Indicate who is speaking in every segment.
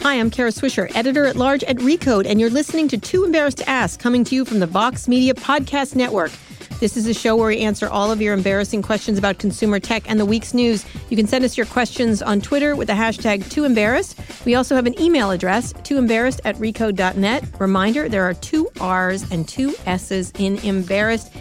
Speaker 1: Hi, I'm Kara Swisher, editor at large at Recode, and you're listening to Too Embarrassed to Ask, coming to you from the Vox Media Podcast Network. This is a show where we answer all of your embarrassing questions about consumer tech and the week's news. You can send us your questions on Twitter with the hashtag TooEmbarrassed. We also have an email address, tooembarrassed at recode.net. Reminder, there are two R's and two S's in embarrassed.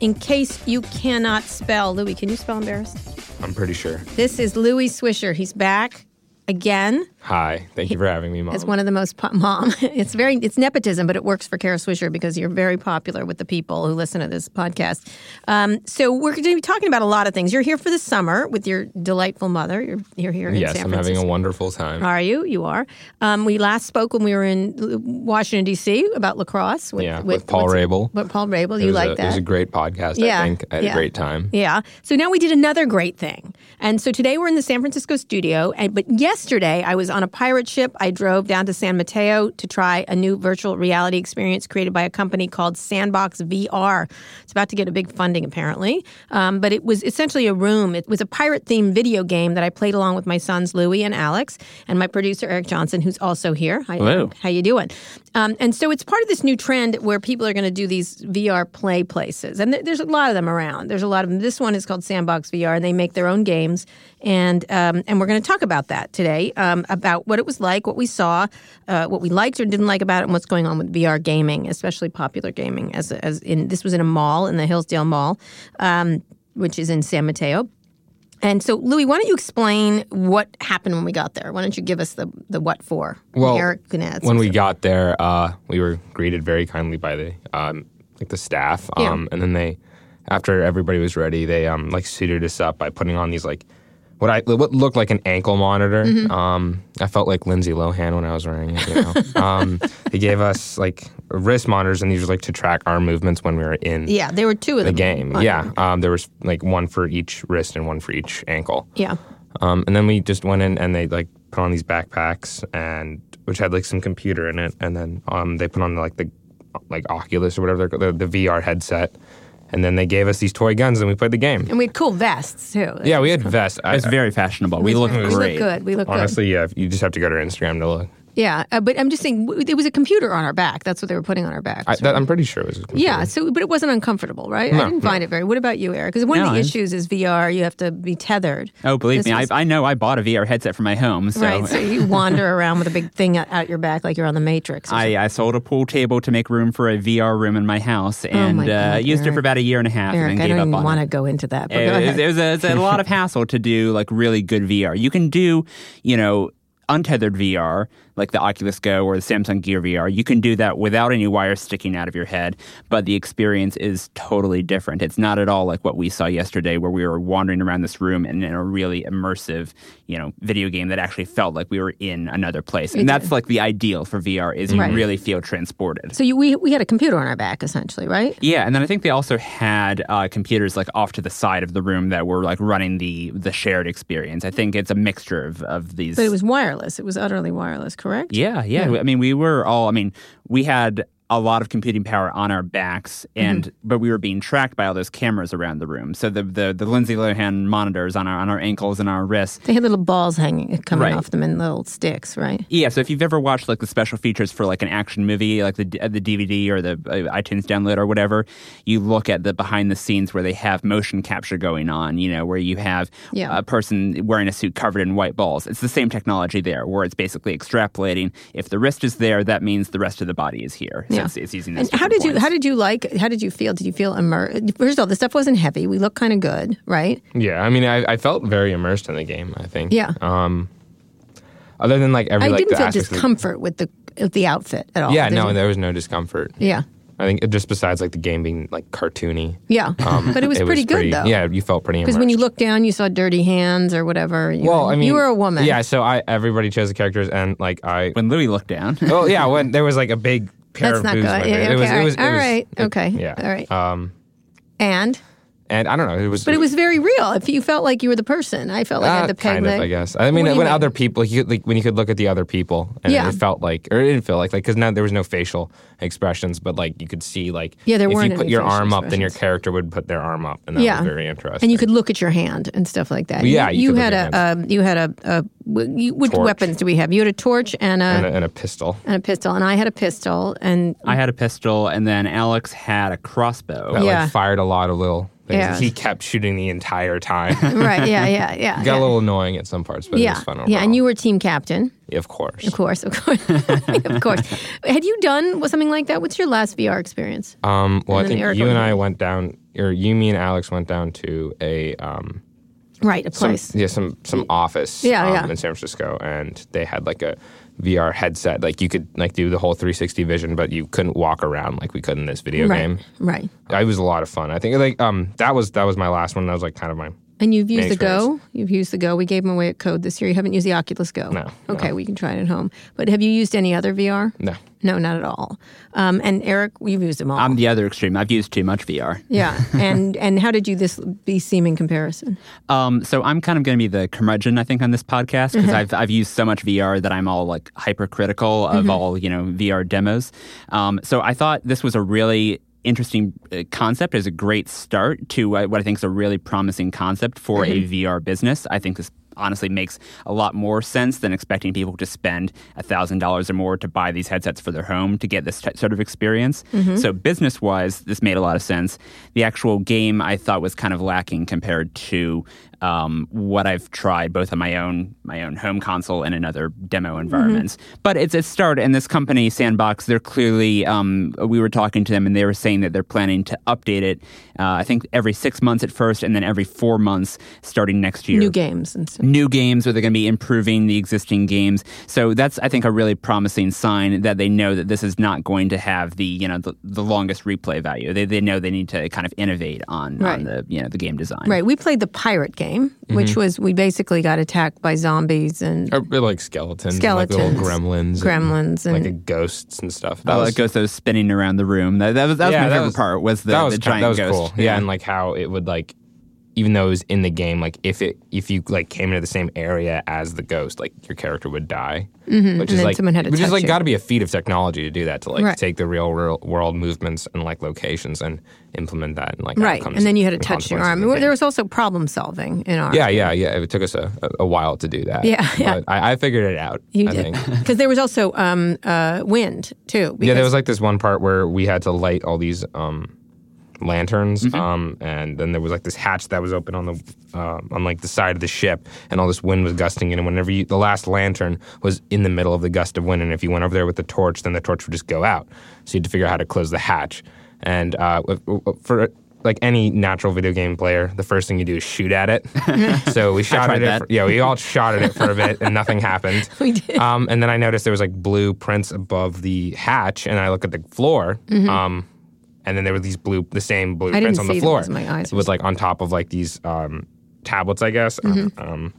Speaker 1: In case you cannot spell, Louis, can you spell embarrassed?
Speaker 2: I'm pretty sure.
Speaker 1: This is Louis Swisher. He's back again
Speaker 2: Hi, thank you for having me, Mom.
Speaker 1: as one of the most po- mom. It's very it's nepotism, but it works for Kara Swisher because you're very popular with the people who listen to this podcast. Um, so we're going to be talking about a lot of things. You're here for the summer with your delightful mother. You're you're here in
Speaker 2: yes,
Speaker 1: San
Speaker 2: I'm
Speaker 1: Francisco.
Speaker 2: having a wonderful time.
Speaker 1: Are you? You are. Um, we last spoke when we were in L- Washington D.C. about lacrosse. With,
Speaker 2: Yeah, with Paul
Speaker 1: what's-
Speaker 2: Rabel.
Speaker 1: With Paul Rabel,
Speaker 2: It
Speaker 1: you
Speaker 2: was
Speaker 1: like
Speaker 2: a,
Speaker 1: that?
Speaker 2: It was a great podcast, I think. I had
Speaker 1: yeah.
Speaker 2: a great time.
Speaker 1: Yeah. So now we did another great thing. And so today we're in the San Francisco studio. And, but yesterday I was on a pirate ship. I drove down to San Mateo to try a new virtual reality experience created by a company called Sandbox VR. It's about to get a big funding, apparently. Um, but it was essentially a room. It was a pirate themed video game that I played along with my sons, Louie and Alex, and my producer, Eric Johnson, who's also here. Hi,
Speaker 3: Hello.
Speaker 1: Eric. How you doing? Um, and so it's part of this new trend where people are going to do these VR play places, and th- there's a lot of them around. There's a lot of them. This one is called Sandbox VR, and they make their own games, and um, and we're going to talk about that today, um, about what it was like, what we saw, uh, what we liked or didn't like about it, and what's going on with VR gaming, especially popular gaming. As as in this was in a mall in the Hillsdale Mall, um, which is in San Mateo. And so, Louis, why don't you explain what happened when we got there? Why don't you give us the, the what for? And
Speaker 2: Well,
Speaker 1: Eric can add
Speaker 2: when we got there, uh, we were greeted very kindly by the um, like the staff,
Speaker 1: Yeah.
Speaker 2: um, and then they, after everybody was ready, they um, like suited us up by putting on these like what I what looked like an ankle monitor.
Speaker 1: Mm-hmm.
Speaker 2: Um, I felt like Lindsay Lohan when I was wearing it. You know? um, they gave us like wrist monitors, and these were like to track our movements when we were in
Speaker 1: Yeah, there were two of
Speaker 2: the
Speaker 1: them.
Speaker 2: game. Yeah, um, there was like one for each wrist and one for each ankle.
Speaker 1: Yeah.
Speaker 2: Um, and then we just went in and they like put on these backpacks and which had like some computer in it, and then um, they put on like the like Oculus or whatever they're, the, the VR headset, and then they gave us these toy guns and we played the game.
Speaker 1: And we had cool vests too.
Speaker 2: Yeah, we had vests. I,
Speaker 3: It's very fashionable. We look
Speaker 1: we
Speaker 3: great.
Speaker 1: look good. We look
Speaker 2: honestly, yeah, you just have to go to Instagram to look.
Speaker 1: good. Yeah, uh, but I'm just saying w- it was a computer on our back. That's what they were putting on our backs.
Speaker 2: I, that, I'm pretty sure it was. a computer.
Speaker 1: yeah, so but it wasn't uncomfortable, right? I didn't find it very. What about you, Eric? Because one
Speaker 3: No,
Speaker 1: of the
Speaker 3: I-
Speaker 1: issues is VR. You have to be tethered.
Speaker 3: Oh, believe
Speaker 1: This
Speaker 3: me,
Speaker 1: was-
Speaker 3: I, I know I bought a VR headset for my home, so,
Speaker 1: right, so you wander around with a big thing out- out your back like you're on the Matrix. or
Speaker 3: I, I sold a pool table to make room for a VR room in my house and
Speaker 1: Oh my
Speaker 3: uh,
Speaker 1: God,
Speaker 3: used it
Speaker 1: Eric.
Speaker 3: for about a year and a half
Speaker 1: Eric,
Speaker 3: and
Speaker 1: I
Speaker 3: then gave
Speaker 1: don't
Speaker 3: up
Speaker 1: even
Speaker 3: on
Speaker 1: want
Speaker 3: it.
Speaker 1: to go into that. But
Speaker 3: It
Speaker 1: go
Speaker 3: was,
Speaker 1: ahead.
Speaker 3: it was a, it's a lot of hassle to do like really good VR. You can do, you know, untethered VR like the Oculus Go or the Samsung Gear VR. You can do that without any wires sticking out of your head, but the experience is totally different. It's not at all like what we saw yesterday where we were wandering around this room and in a really immersive, you know, video game that actually felt like we were in another place. And that's like the ideal for VR is you
Speaker 1: Right.
Speaker 3: really feel transported.
Speaker 1: so you, we we had a computer on our back essentially, right?
Speaker 3: Yeah, and then I think they also had uh, computers like off to the side of the room that were like running the the shared experience. I think it's a mixture of of these.
Speaker 1: But it was wireless. It was utterly wireless, correct?
Speaker 3: yeah, yeah, I mean, we were all. I mean, we had a lot of computing power on our backs, and
Speaker 1: Mm-hmm.
Speaker 3: but we were being tracked by all those cameras around the room. So the the, the Lindsay Lohan monitors on our on our ankles and our wrists.
Speaker 1: They had little balls hanging coming
Speaker 3: Right.
Speaker 1: off them and little sticks, right?
Speaker 3: Yeah, so if you've ever watched like the special features for like an action movie, like the uh, the DVD or the uh, iTunes download or whatever, you look at the behind the scenes where they have motion capture going on. You know, where you have
Speaker 1: Yeah.
Speaker 3: a person wearing a suit covered in white balls. It's the same technology there, where it's basically extrapolating. If the wrist is there, that means the rest of the body is here. So
Speaker 1: Yeah.
Speaker 3: it's, it's using. those
Speaker 1: And how
Speaker 3: different
Speaker 1: did you
Speaker 3: points.
Speaker 1: how did you like how did you feel? Did you feel immersed? First of all, the stuff wasn't heavy. We looked kind of good, right?
Speaker 2: yeah. I mean, I, I felt very immersed in the game. I think.
Speaker 1: Yeah.
Speaker 2: Um, other than like every
Speaker 1: I
Speaker 2: like
Speaker 1: didn't
Speaker 2: the
Speaker 1: feel
Speaker 2: aspects of the-
Speaker 1: discomfort with the with the outfit at all.
Speaker 2: Yeah,
Speaker 1: There's-
Speaker 2: no, there was no discomfort.
Speaker 1: yeah,
Speaker 2: I think just besides like the game being like cartoony.
Speaker 1: yeah.
Speaker 2: Um,
Speaker 1: but it was pretty good though.
Speaker 2: Yeah, you felt pretty.
Speaker 1: because when you looked down, you saw dirty hands or whatever. You,
Speaker 2: well, I mean,
Speaker 1: you were a woman.
Speaker 2: Yeah, so I everybody chose the characters, and like I,
Speaker 3: when Louis looked down?
Speaker 2: oh yeah, when there was like a big pair
Speaker 1: that's
Speaker 2: of
Speaker 1: not good.
Speaker 2: boobs.
Speaker 1: Yeah,
Speaker 2: my face.
Speaker 1: okay,
Speaker 2: it was, it was, it
Speaker 1: all
Speaker 2: was-
Speaker 1: right,
Speaker 2: it-
Speaker 1: okay,
Speaker 2: yeah,
Speaker 1: all right.
Speaker 2: Um,
Speaker 1: And
Speaker 2: and I don't know. It was,
Speaker 1: But it was very real. If you felt like you were the person, I felt like I
Speaker 2: Uh,
Speaker 1: had the peg
Speaker 2: kind
Speaker 1: leg.
Speaker 2: of, I guess. I mean,
Speaker 1: What do
Speaker 2: when
Speaker 1: you mean?
Speaker 2: other people, like, you, like when you could look at the other people, and
Speaker 1: Yeah.
Speaker 2: it felt like, or it didn't feel like, like because now there was no facial expressions, but like you could see, like,
Speaker 1: Yeah, there
Speaker 2: if
Speaker 1: weren't
Speaker 2: you put
Speaker 1: any
Speaker 2: your
Speaker 1: facial
Speaker 2: arm up, then your
Speaker 1: expressions.
Speaker 2: character would put their arm up, and that
Speaker 1: Yeah.
Speaker 2: was very interesting.
Speaker 1: and you could look at your hand and stuff like that.
Speaker 2: Yeah,
Speaker 1: you,
Speaker 2: you
Speaker 1: had
Speaker 2: could look at
Speaker 1: a um, you had a, a w- you, which
Speaker 2: Torch.
Speaker 1: weapons do we have? You had a torch and a, and
Speaker 2: and a,
Speaker 1: a
Speaker 2: and a pistol.
Speaker 1: pistol, and I had a pistol, and
Speaker 3: I had a pistol, and then Alex had a crossbow.
Speaker 2: That
Speaker 1: Yeah.
Speaker 2: like fired a lot of little. Things.
Speaker 1: Yeah.
Speaker 2: He kept shooting the entire time. It
Speaker 1: right, yeah, yeah, yeah,
Speaker 2: Got
Speaker 1: yeah.
Speaker 2: a little annoying at some parts, but it
Speaker 1: yeah,
Speaker 2: was fun overall.
Speaker 1: yeah, and you were team captain,
Speaker 2: of course.
Speaker 1: of course, of course, of course. Had you done something like that? What's your last VR experience?
Speaker 2: Um, well,
Speaker 1: And
Speaker 2: I
Speaker 1: then
Speaker 2: think
Speaker 1: Eric
Speaker 2: you
Speaker 1: went
Speaker 2: and I
Speaker 1: home.
Speaker 2: went down, or you, me, and Alex went down to a um,
Speaker 1: Right, a place.
Speaker 2: Some, yeah, some some office.
Speaker 1: Yeah,
Speaker 2: um,
Speaker 1: yeah.
Speaker 2: In San Francisco, and they had like a VR headset. Like you could like do the whole 360 vision, but you couldn't walk around like we could in this video
Speaker 1: right,
Speaker 2: game.
Speaker 1: right.
Speaker 2: It was a lot of fun. I think like um that was that was my last one. That was like kind of my
Speaker 1: And you've used
Speaker 2: Main
Speaker 1: the Go. You've used the Go. We gave them away at Code this year. You haven't used the Oculus Go.
Speaker 2: No,
Speaker 1: Okay, we can try it at home. But have you used any other VR?
Speaker 2: no.
Speaker 1: No, not at all. Um, and Eric, you've used them all.
Speaker 3: I'm the other extreme. I've used too much VR.
Speaker 1: yeah. and and how did you this be seem in comparison?
Speaker 3: Um, so I'm kind of going to be the curmudgeon, I think, on this podcast because I've I've used so much VR that I'm all like hypercritical of all you know VR demos. Um, so I thought this was a really interesting uh, concept as a great start to uh, what I think is a really promising concept for a VR business. I think this honestly makes a lot more sense than expecting people to spend $1000 or more to buy these headsets for their home to get this t- sort of experience so business wise this made a lot of sense the actual game i thought was kind of lacking compared to um, what i've tried both on my own my own home console and in other demo environments but it's a start and this company sandbox they're clearly um, we were talking to them and they were saying that they're planning to update it uh, i think every six months at first and then every four months starting next year
Speaker 1: New games and stuff.
Speaker 3: new games or they're going to be improving the existing games so that's i think a really promising sign that they know that this is not going to have the you know the, the longest replay value they, they know they need to kind of innovate on,
Speaker 1: Right.
Speaker 3: on the you know the game design
Speaker 1: Right. We played the pirate game, which was we basically got attacked by zombies and
Speaker 2: Mm-hmm. Or, or, like skeletons, and, like
Speaker 1: Skeletons.
Speaker 2: little gremlins,
Speaker 1: gremlins and
Speaker 2: like a ghosts and stuff. That
Speaker 3: Oh,
Speaker 2: was-
Speaker 3: it goes those spinning around the room. That, that was, that was my
Speaker 2: that
Speaker 3: favorite part. Was the,
Speaker 2: that was
Speaker 3: the
Speaker 2: kind-
Speaker 3: giant
Speaker 2: that was
Speaker 3: ghost?
Speaker 2: cool. Yeah. and like how it would like, even though it was in the game, like if it if you like came into the same area as the ghost, like your character would die, mm-hmm. which
Speaker 1: and
Speaker 2: is
Speaker 1: then
Speaker 2: like
Speaker 1: someone had to
Speaker 2: which is
Speaker 1: touch
Speaker 2: like
Speaker 1: you.
Speaker 2: got to be a feat of technology to do that to like
Speaker 1: Right.
Speaker 2: take the real real world movements and like locations and implement that and like
Speaker 1: right.
Speaker 2: outcomes
Speaker 1: And then you had to
Speaker 2: and
Speaker 1: touch your
Speaker 2: consequences
Speaker 1: arm.
Speaker 2: of the
Speaker 1: There
Speaker 2: game.
Speaker 1: was also problem solving in our
Speaker 2: yeah, yeah, yeah. It took us a, a- a while to do that.
Speaker 1: Yeah, yeah.
Speaker 2: But I, I figured it out.
Speaker 1: You
Speaker 2: I
Speaker 1: did
Speaker 2: Think.
Speaker 1: because there was also um, uh, wind too.
Speaker 2: Yeah, there
Speaker 1: because-
Speaker 2: was like this one part where we had to light all these um, lanterns,
Speaker 3: Mm-hmm.
Speaker 2: um, and then there was like this hatch that was open on the uh, on like the side of the ship, and all this wind was gusting in. And whenever you, the last lantern was in the middle of the gust of wind, and if you went over there with the torch, then the torch would just go out. So you had to figure out how to close the hatch. And uh, w- w- for like any natural video game player, the first thing you do is shoot at it. so we shot at
Speaker 3: tried
Speaker 2: it.
Speaker 3: that.
Speaker 2: For, yeah, we all shot at it for a bit, and nothing happened.
Speaker 1: We did.
Speaker 2: Um, and then I noticed there was like blue prints above the hatch, and I look at the floor. Um, and then there were these blue, the same blue
Speaker 1: Mm-hmm. I didn't
Speaker 2: prints on
Speaker 1: see
Speaker 2: the
Speaker 1: them
Speaker 2: floor.
Speaker 1: 'cause my eyes
Speaker 2: it was like on top of like these um, tablets, I guess. Um, um,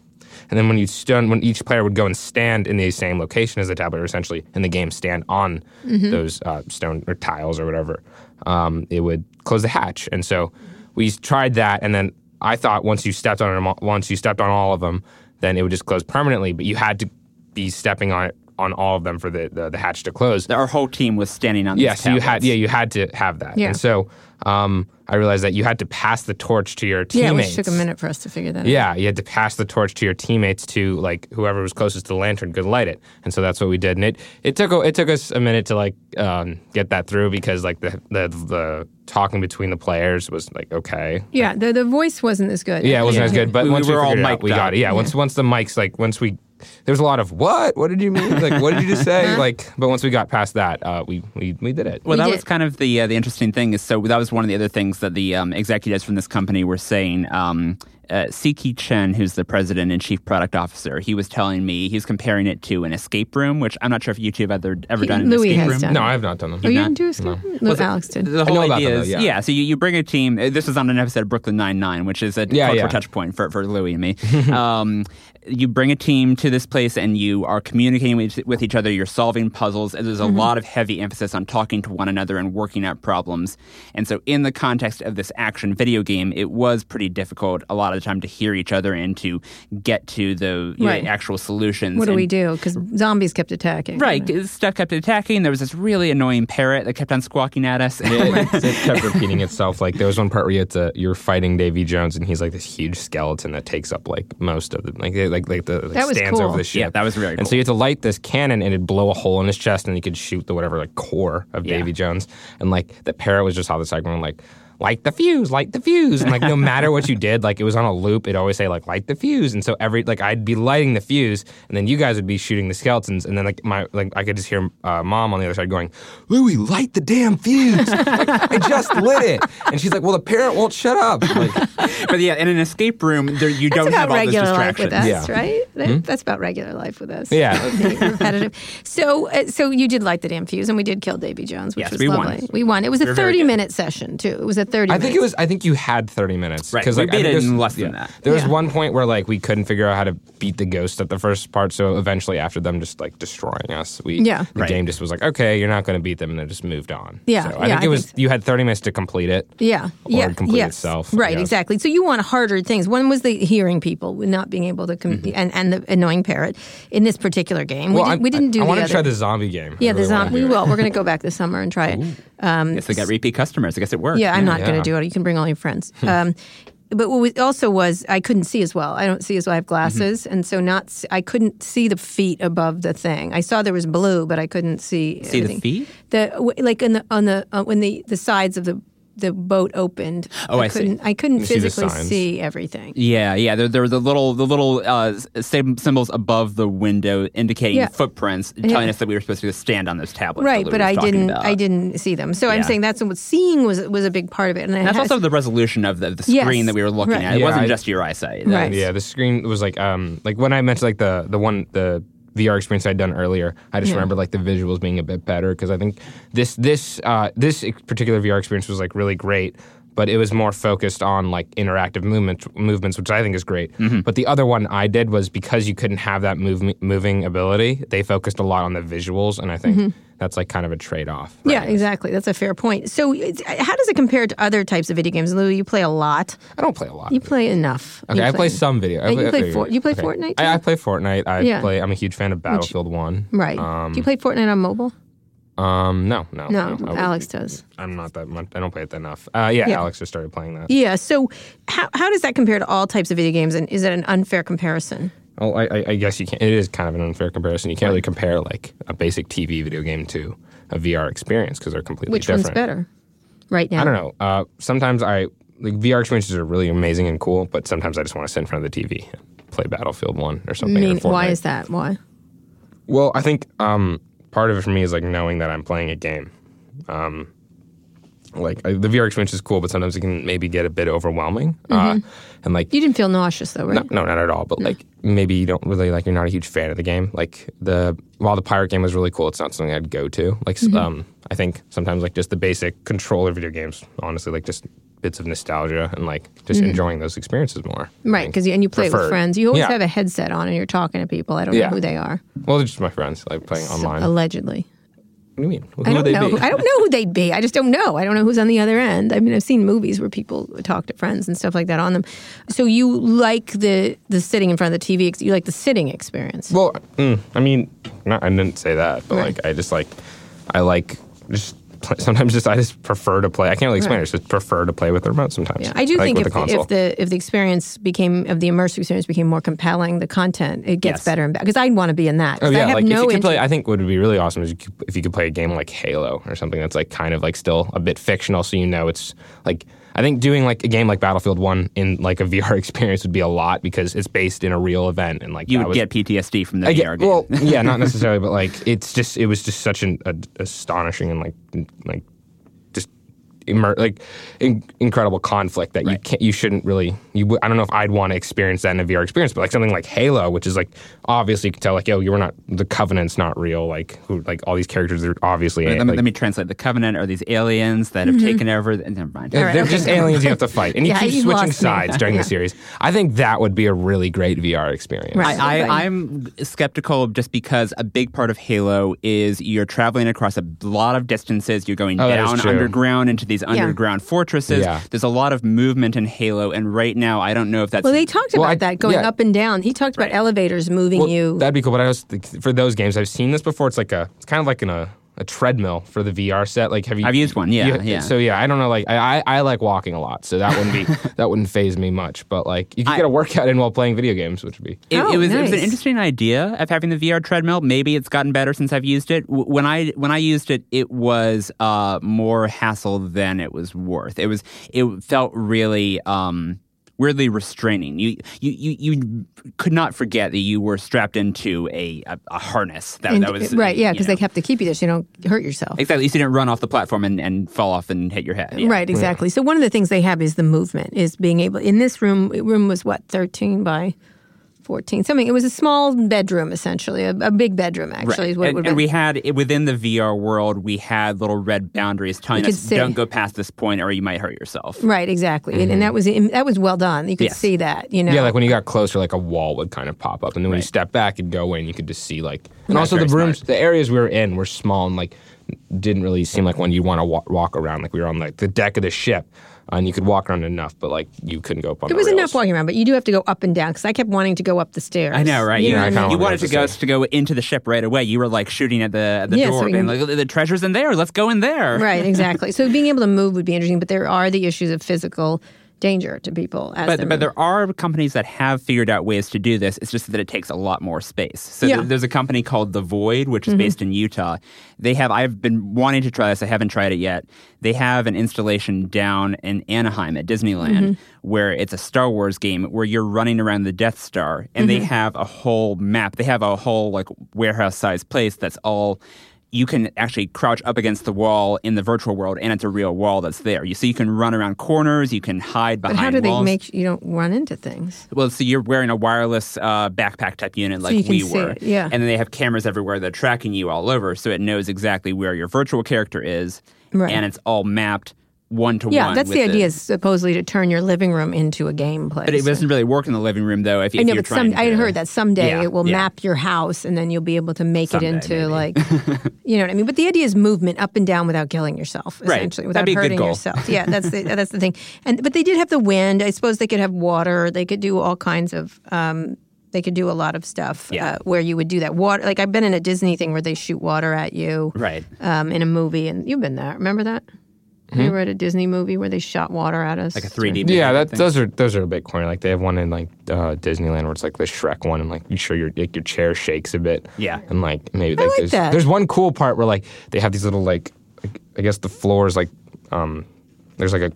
Speaker 2: and then when you stand, when each player would go and stand in the same location as the tablet, or essentially in the game, stand on those uh, stone or tiles or whatever, um, it would close the hatch. And so we tried that, and then I thought once you stepped on them, all- once you stepped on all of them, then it would just close permanently. But you had to be stepping on it on all of them for the, the, the hatch to close.
Speaker 3: Our whole team was standing on.
Speaker 2: Yeah,
Speaker 3: these
Speaker 2: so you had
Speaker 3: tablets.
Speaker 2: yeah, you had to have that.
Speaker 1: Yeah.
Speaker 2: And so um, I realized that you had to pass the torch to your
Speaker 1: yeah,
Speaker 2: teammates.
Speaker 1: which took a minute for us to figure that out.
Speaker 2: Yeah, you had to pass the torch to your teammates to like whoever was closest to the lantern could light it, and so that's what we did. And it it took a- it took us a minute to like um, get that through because like the, the the talking between the players was like okay,
Speaker 1: Yeah, the the voice wasn't as good.
Speaker 2: yeah, it wasn't
Speaker 1: Yeah.
Speaker 2: as good. But
Speaker 3: We-
Speaker 2: once
Speaker 3: we
Speaker 2: we,
Speaker 3: were all
Speaker 2: figured it out,
Speaker 3: mic'd
Speaker 2: we got
Speaker 3: up.
Speaker 2: it. Yeah, once once the mics like once we there's a lot of what what did you mean like what did you just say like but once we got past that uh, we we we did it.
Speaker 3: Well,
Speaker 1: We
Speaker 3: that
Speaker 1: did.
Speaker 3: was kind of the uh, the interesting thing is so that was one of the other things that the um, executives from this company were saying. Um, uh, Siki Chen, who's the president and chief product officer, he was telling me he's comparing it to an escape room, which I'm not sure if you two have ever, ever
Speaker 1: He-
Speaker 3: done an
Speaker 1: Louis
Speaker 3: escape
Speaker 1: has
Speaker 3: room.
Speaker 1: done.
Speaker 2: No, I have not done them.
Speaker 1: Oh, you
Speaker 3: not-
Speaker 1: didn't do escape? No, no Alex did.
Speaker 3: The
Speaker 2: know
Speaker 3: whole
Speaker 2: about
Speaker 3: idea
Speaker 2: them,
Speaker 3: is,
Speaker 2: though,
Speaker 3: yeah.
Speaker 2: yeah.
Speaker 3: So you, you bring a team. uh, This was on an episode of Brooklyn Nine Nine, which is a
Speaker 2: Yeah,
Speaker 3: cultural
Speaker 2: yeah.
Speaker 3: touch point for, for Louis and me. um, you bring a team to this place and you are communicating with, with each other. You're solving puzzles. And there's
Speaker 1: Mm-hmm.
Speaker 3: a lot of heavy emphasis on talking to one another and working out problems. And so, in the context of this action video game, it was pretty difficult a lot of the time to hear each other and to get to the you know,
Speaker 1: Right.
Speaker 3: actual solutions.
Speaker 1: What do
Speaker 3: and
Speaker 1: we do? Because zombies kept attacking.
Speaker 3: Right, stuff kept attacking. There was this really annoying parrot that kept on squawking at us.
Speaker 2: It, it, it kept repeating itself. Like there was one part where you had to, you're fighting Davy Jones, and he's like this huge skeleton that takes up like most of the like it- like like the like,
Speaker 1: That was
Speaker 2: stands
Speaker 1: cool.
Speaker 2: over the ship.
Speaker 3: Yeah, that was really
Speaker 2: And
Speaker 3: cool.
Speaker 2: so you had to light this cannon, and it'd blow a hole in his chest, and you could shoot the whatever like core of
Speaker 3: Yeah.
Speaker 2: Davy Jones. And like the parrot was just on the side going like. Light the fuse, light the fuse, and like no matter what you did, like it was on a loop. It'd always say like light the fuse, and so every like I'd be lighting the fuse, and then you guys would be shooting the skeletons, and then like my like I could just hear uh, mom on the other side going, "Louie, light the damn fuse! Like, I just lit it," and she's like, "Well, the parrot won't shut up." Like,
Speaker 3: but yeah, in an escape room, there you
Speaker 1: That's
Speaker 3: don't
Speaker 1: about
Speaker 3: have all this
Speaker 1: regular life
Speaker 3: distraction.
Speaker 1: with us,
Speaker 2: Yeah.
Speaker 1: right? That- That's about regular life with us.
Speaker 2: Yeah.
Speaker 1: Being repetitive. So, uh, so you did light the damn fuse, and we did kill Davy Jones, which
Speaker 3: Yes,
Speaker 1: was
Speaker 3: we won.
Speaker 1: lovely. We won. It was a
Speaker 3: very good.
Speaker 1: thirty-minute session too. It was a thirty.
Speaker 2: I think it was. I think you had thirty minutes.
Speaker 3: Right,
Speaker 2: 'cause,
Speaker 3: we
Speaker 2: like, I
Speaker 3: beat
Speaker 2: think
Speaker 3: it
Speaker 2: there's-
Speaker 3: in less than that.
Speaker 2: There was
Speaker 1: Yeah.
Speaker 2: one point where like we couldn't figure out how to beat the ghost at the first part. So eventually, after them just like destroying us, we
Speaker 1: Yeah.
Speaker 2: the
Speaker 3: Right.
Speaker 2: game just was like, okay, you're not going to beat them, and they just moved on.
Speaker 1: Yeah,
Speaker 2: So
Speaker 1: yeah,
Speaker 2: I
Speaker 1: I
Speaker 2: think it
Speaker 1: think
Speaker 2: was.
Speaker 1: so.
Speaker 2: You had thirty minutes to complete it.
Speaker 1: Yeah. yeah.
Speaker 2: complete
Speaker 1: yes.
Speaker 2: itself,
Speaker 1: Right.
Speaker 2: yes.
Speaker 1: Exactly. So you want harder things. One was the hearing people not being able to, com- and and the annoying parrot in this particular game. we,
Speaker 2: I'm-
Speaker 1: did, we didn't do.
Speaker 2: I,
Speaker 1: the
Speaker 2: want to
Speaker 1: other-
Speaker 2: try the zombie game. I
Speaker 1: Yeah, the
Speaker 2: really wanna
Speaker 1: zombie. We
Speaker 2: do it.
Speaker 1: will. We're going to go back this summer and try it.
Speaker 3: I guess they got repeat customers. I guess it worked.
Speaker 1: Yeah, I'm not going to
Speaker 2: Yeah.
Speaker 1: do it. You can bring all your friends.
Speaker 3: Hmm.
Speaker 1: um, but what was also was I couldn't see as well. I don't see as well. I have glasses,
Speaker 3: Mm-hmm.
Speaker 1: and so not s- I couldn't see the feet above the thing. I saw there was blue, but I couldn't see
Speaker 3: See the
Speaker 1: everything.
Speaker 3: feet?
Speaker 1: The w- like in the on the uh, when the the sides of the the boat opened.
Speaker 3: Oh, I see.
Speaker 1: couldn't, I couldn't
Speaker 2: see the
Speaker 1: physically
Speaker 2: signs.
Speaker 1: see everything.
Speaker 3: Yeah, yeah. There, there were the little, the little uh, s- sym- symbols above the window indicating
Speaker 1: Yeah.
Speaker 3: footprints, and telling us that we were supposed to stand on those tablets. that
Speaker 1: Right,
Speaker 3: Lou
Speaker 1: but
Speaker 3: was
Speaker 1: I
Speaker 3: talking
Speaker 1: didn't.
Speaker 3: about.
Speaker 1: I didn't see them. So
Speaker 3: Yeah.
Speaker 1: I'm saying that's what seeing was was a big part of it. And, it
Speaker 3: And that's
Speaker 1: has-
Speaker 3: also the resolution of the, the screen
Speaker 1: Yes,
Speaker 3: that we were looking
Speaker 1: right.
Speaker 3: at. It
Speaker 2: Yeah,
Speaker 3: wasn't
Speaker 2: I-
Speaker 3: just your eyesight.
Speaker 1: Right.
Speaker 2: Yeah, the screen was like um like when I mentioned like the the one the VR experience I'd done earlier. I just remember like the visuals being a bit better because I think this this uh, this ex- particular VR experience was like really great. But it was more focused on like interactive movement, movements, which I think is great. But the other one I did was because you couldn't have that move, moving ability, they focused a lot on the visuals, and I think that's like kind of a trade off.
Speaker 1: Mm-hmm. Yeah, exactly. That's a fair point. So, it's, how does it compare to other types of video games? Lou, you play a lot.
Speaker 2: I don't play a lot.
Speaker 1: You play enough.
Speaker 2: Okay,
Speaker 1: You
Speaker 2: I play some video. I
Speaker 1: Uh, you play
Speaker 2: video
Speaker 1: Fort-
Speaker 2: games.
Speaker 1: you play Fortnite, too?
Speaker 2: I, I play Fortnite. I
Speaker 1: Yeah.
Speaker 2: play. I'm a huge fan of Battlefield One.
Speaker 1: Right. Do you play Fortnite on mobile?
Speaker 2: Um, no, no,
Speaker 1: No,
Speaker 2: um, I would-
Speaker 1: Alex does.
Speaker 2: I'm not that much. I don't play it that enough. Uh, yeah,
Speaker 1: Yeah.
Speaker 2: Alex just started playing that.
Speaker 1: Yeah. So, how, how does that compare to all types of video games? And is it an unfair comparison?
Speaker 2: Well, Oh, I, I, I guess you can't. It is kind of an unfair comparison. You can't really compare like a basic TV video game to a VR experience because they're completely
Speaker 1: Which
Speaker 2: different.
Speaker 1: one's better right now?
Speaker 2: I don't know. Uh, sometimes I like VR experiences are really amazing and cool, but sometimes I just want to sit in front of the TV, and play Battlefield One or something.
Speaker 1: I
Speaker 2: or
Speaker 1: mean, why
Speaker 2: Fortnite.
Speaker 1: is that? Why?
Speaker 2: Well, I think um, part of it for me is like knowing that I'm playing a game. Um, like I, the VR experience is cool, but sometimes it can maybe get a bit overwhelming.
Speaker 1: Mm-hmm.
Speaker 2: Uh, and like
Speaker 1: You didn't feel nauseous, though, right?
Speaker 2: no, no, not at all. But like maybe you don't really like you're not a huge fan of the game. Like the while the pirate game was really cool, it's not something I'd go to. Like
Speaker 1: Mm-hmm.
Speaker 2: s um, I think sometimes like just the basic controller video games, honestly, like just bits of nostalgia and like just enjoying those experiences more. I
Speaker 1: Mm-hmm. Right,
Speaker 2: think.
Speaker 1: because and you play with
Speaker 2: preferred.
Speaker 1: friends. You always
Speaker 2: Yeah.
Speaker 1: have a headset on and you're talking to people. I don't
Speaker 2: Yeah.
Speaker 1: know who they are.
Speaker 2: well, they're just my friends like playing
Speaker 1: So,
Speaker 2: online. what
Speaker 1: allegedly.
Speaker 2: do you mean?
Speaker 1: I
Speaker 2: Who would
Speaker 1: don't
Speaker 2: they
Speaker 1: know.
Speaker 2: be?
Speaker 1: I don't know who they'd be. I just don't know. I don't know who's on the other end. I mean, I've seen movies where people talk to friends and stuff like that on them. So you like the the sitting in front of the TV. ex- You like the sitting experience.
Speaker 2: Well, mm, I mean, not, I didn't say that, but
Speaker 1: Right.
Speaker 2: like I just like, I like just pl- sometimes just I just prefer to play. I can't really explain
Speaker 1: Right.
Speaker 2: it. I just prefer to play with the remote sometimes.
Speaker 1: Yeah, I do
Speaker 2: like
Speaker 1: think
Speaker 2: with
Speaker 1: if
Speaker 2: the console.
Speaker 1: if the if the experience became of the immersive experience became more compelling, the content it gets
Speaker 3: Yes.
Speaker 1: better and better. Because I'd want to be in that.
Speaker 2: Oh
Speaker 1: 'Cause I
Speaker 2: yeah,
Speaker 1: have
Speaker 2: like if
Speaker 1: no
Speaker 2: you could play,
Speaker 1: interest-
Speaker 2: I think what would be really awesome is you could, if you could play a game like Halo or something that's like kind of like still a bit fictional, so you know it's like I think doing like a game like Battlefield One in like a VR experience would be a lot because it's based in a real event and like
Speaker 3: You
Speaker 2: that
Speaker 3: would
Speaker 2: was,
Speaker 3: get PTSD from the
Speaker 2: I get-
Speaker 3: VR game.
Speaker 2: Well, yeah, not necessarily, but like it's just it was just such an a, astonishing and like n- like just immer- like in- incredible conflict that you can't, you shouldn't really. You, w- I don't know if I'd want to experience that in a VR experience, but like something like Halo, which is like obviously you can tell like yo, you're not the Covenant's not real. Like who, like all these characters are obviously.
Speaker 3: Let me,
Speaker 2: like,
Speaker 3: let me translate. The Covenant are these aliens that
Speaker 1: Mm-hmm.
Speaker 3: have taken over. The, never mind.
Speaker 2: they're
Speaker 1: okay.
Speaker 2: just aliens you have to fight, and you
Speaker 1: Yeah,
Speaker 2: keep
Speaker 1: you
Speaker 2: switching
Speaker 1: lost me.
Speaker 2: sides during the series. I think that would be a really great VR experience.
Speaker 1: Right.
Speaker 3: I,
Speaker 1: Absolutely.
Speaker 3: I, I'm skeptical just because a big part of Halo is you're traveling across a lot of distances. You're going
Speaker 2: Oh, that is
Speaker 3: down
Speaker 2: true.
Speaker 3: underground into these underground fortresses.
Speaker 2: Yeah.
Speaker 3: There's a lot of movement in Halo, and right now I don't know if that's
Speaker 1: Well, they talked
Speaker 2: Well,
Speaker 1: about
Speaker 2: I-
Speaker 1: that going
Speaker 2: yeah.
Speaker 1: up and down. He talked about elevators moving
Speaker 2: Well,
Speaker 1: you.
Speaker 2: That'd be cool. But I was like, for those games, I've seen this before. It's like a, it's kind of like in a, a treadmill for the VR set. Like, have you?
Speaker 3: I've used one, yeah,
Speaker 2: you-
Speaker 3: yeah.
Speaker 2: So yeah, I don't know. Like, I, I, I like walking a lot, so that wouldn't be that wouldn't phase me much. But like, you could get a workout in while playing video games, which would be.
Speaker 3: It,
Speaker 1: Oh,
Speaker 3: it was it was an
Speaker 1: nice.
Speaker 3: interesting idea of having the VR treadmill. Maybe it's gotten better since I've used it. W- When I when I used it, it was uh, more hassle than it was worth. It was it felt really um, weirdly restraining. You, you you you could not forget that you were strapped into a a, a harness that,
Speaker 1: And-
Speaker 3: that was
Speaker 1: right, yeah,
Speaker 3: you
Speaker 1: because
Speaker 3: know.
Speaker 1: they have to keep you there so you don't hurt yourself.
Speaker 3: exactly. So you didn't run off the platform and, and fall off and hit your head. Yeah.
Speaker 1: Right, exactly. So one of the things they have is the movement, is being able in this room. Room was what thirteen by fourteen, something. It was a small bedroom essentially, a, a big bedroom actually is what it
Speaker 3: and,
Speaker 1: would
Speaker 3: and
Speaker 1: be.
Speaker 3: we had it- within the VR world, we had little red boundaries telling
Speaker 1: You could
Speaker 3: us
Speaker 1: see.
Speaker 3: don't go past this point or you might hurt yourself.
Speaker 1: Right, exactly, and, and that was that was well done. You could
Speaker 3: Yes.
Speaker 1: see that, you know.
Speaker 2: Mm-hmm. Yeah, like when you got closer, like a wall would kind of pop up, and then when you step back, it'd go away, and you could just see like. And also the
Speaker 3: very
Speaker 2: rooms, the areas we were in were small and like didn't really seem like one you'd want to wa- walk around. Like we were on like the deck of the ship, and you could walk around enough, but like you couldn't go up on.
Speaker 1: there
Speaker 2: the
Speaker 3: Oh,
Speaker 1: was
Speaker 2: rails.
Speaker 1: enough walking around, but you do have to go up and down because I kept wanting to go up the stairs.
Speaker 3: I know, right?
Speaker 1: You
Speaker 3: You,
Speaker 1: know what
Speaker 2: Yeah, I kinda
Speaker 1: I
Speaker 2: wanna
Speaker 1: mean?
Speaker 3: you
Speaker 2: go
Speaker 3: wanted
Speaker 2: up the
Speaker 3: to go
Speaker 2: stairs.
Speaker 3: to go into the ship right away. You were like shooting at the at the
Speaker 1: Yeah, so
Speaker 3: door,
Speaker 1: we
Speaker 3: being
Speaker 1: can-
Speaker 3: like, "Look, the treasure's in there. Let's go in there."
Speaker 1: Right, exactly. so being able to move would be interesting, but there are the issues of physical danger to people. As
Speaker 3: But
Speaker 1: they're
Speaker 3: but there are companies that have figured out ways to do this. It's just that it takes a lot more space. So
Speaker 1: Yeah. Mm-hmm.
Speaker 3: th- there's a company called The Void, which is based in Utah. They have. I've been wanting to try this. I haven't tried it yet. They have an installation down in Anaheim at Disneyland
Speaker 1: Mm-hmm.
Speaker 3: where it's a Star Wars game where you're running around the Death Star,
Speaker 1: Mm-hmm.
Speaker 3: and they have a whole map. They have a whole like warehouse sized place that's all you can actually crouch up against the wall in the virtual world and it's a real wall that's there. You so you can run around corners, you can hide
Speaker 1: But
Speaker 3: behind
Speaker 1: how do they
Speaker 3: walls.
Speaker 1: make you don't run into things?
Speaker 3: Well, so you're wearing a wireless uh, backpack type unit like
Speaker 1: you can
Speaker 3: we
Speaker 1: see
Speaker 3: were.
Speaker 1: it, yeah.
Speaker 3: And then they have cameras everywhere that are tracking you all over, so it knows exactly where your virtual character is,
Speaker 1: Right.
Speaker 3: and it's all mapped one to one.
Speaker 1: Yeah, that's the idea. Is supposedly to turn your living room into a game place.
Speaker 3: But it doesn't really work in the living room though. If,
Speaker 1: I
Speaker 3: if
Speaker 1: know,
Speaker 3: you're
Speaker 1: but some
Speaker 3: trying
Speaker 1: I
Speaker 3: to-
Speaker 1: had heard that someday
Speaker 3: Yeah,
Speaker 1: it will
Speaker 3: yeah.
Speaker 1: map your house, and then you'll be able to make
Speaker 3: Someday,
Speaker 1: it into
Speaker 3: maybe.
Speaker 1: like, you know what I mean. But the idea is movement up and down without killing yourself,
Speaker 3: Right.
Speaker 1: essentially, without
Speaker 3: That'd be a good
Speaker 1: hurting
Speaker 3: goal.
Speaker 1: yourself. Yeah, that's the, that's the thing. And but they did have the wind. I suppose they could have water. They could do all kinds of. Um, they could do a lot of stuff
Speaker 3: Yeah.
Speaker 1: uh, where you would do that water. Like I've been in a Disney thing where they shoot water at you,
Speaker 3: Right.
Speaker 1: Um, in a movie, and you've been there. Remember that?
Speaker 2: Hmm?
Speaker 1: You were at a Disney movie where they shot water at us,
Speaker 3: Like a 3D.
Speaker 2: Yeah,
Speaker 3: movie
Speaker 2: that
Speaker 3: thing.
Speaker 2: those are those are a bit corny. Like they have one in like uh, Disneyland where it's like the Shrek one, and like you sure your like, your chair shakes a bit.
Speaker 3: Yeah.
Speaker 2: and like maybe like,
Speaker 1: like
Speaker 2: there's
Speaker 1: that.
Speaker 2: there's one cool part where like they have these little like, like, I guess the floor is like um there's like a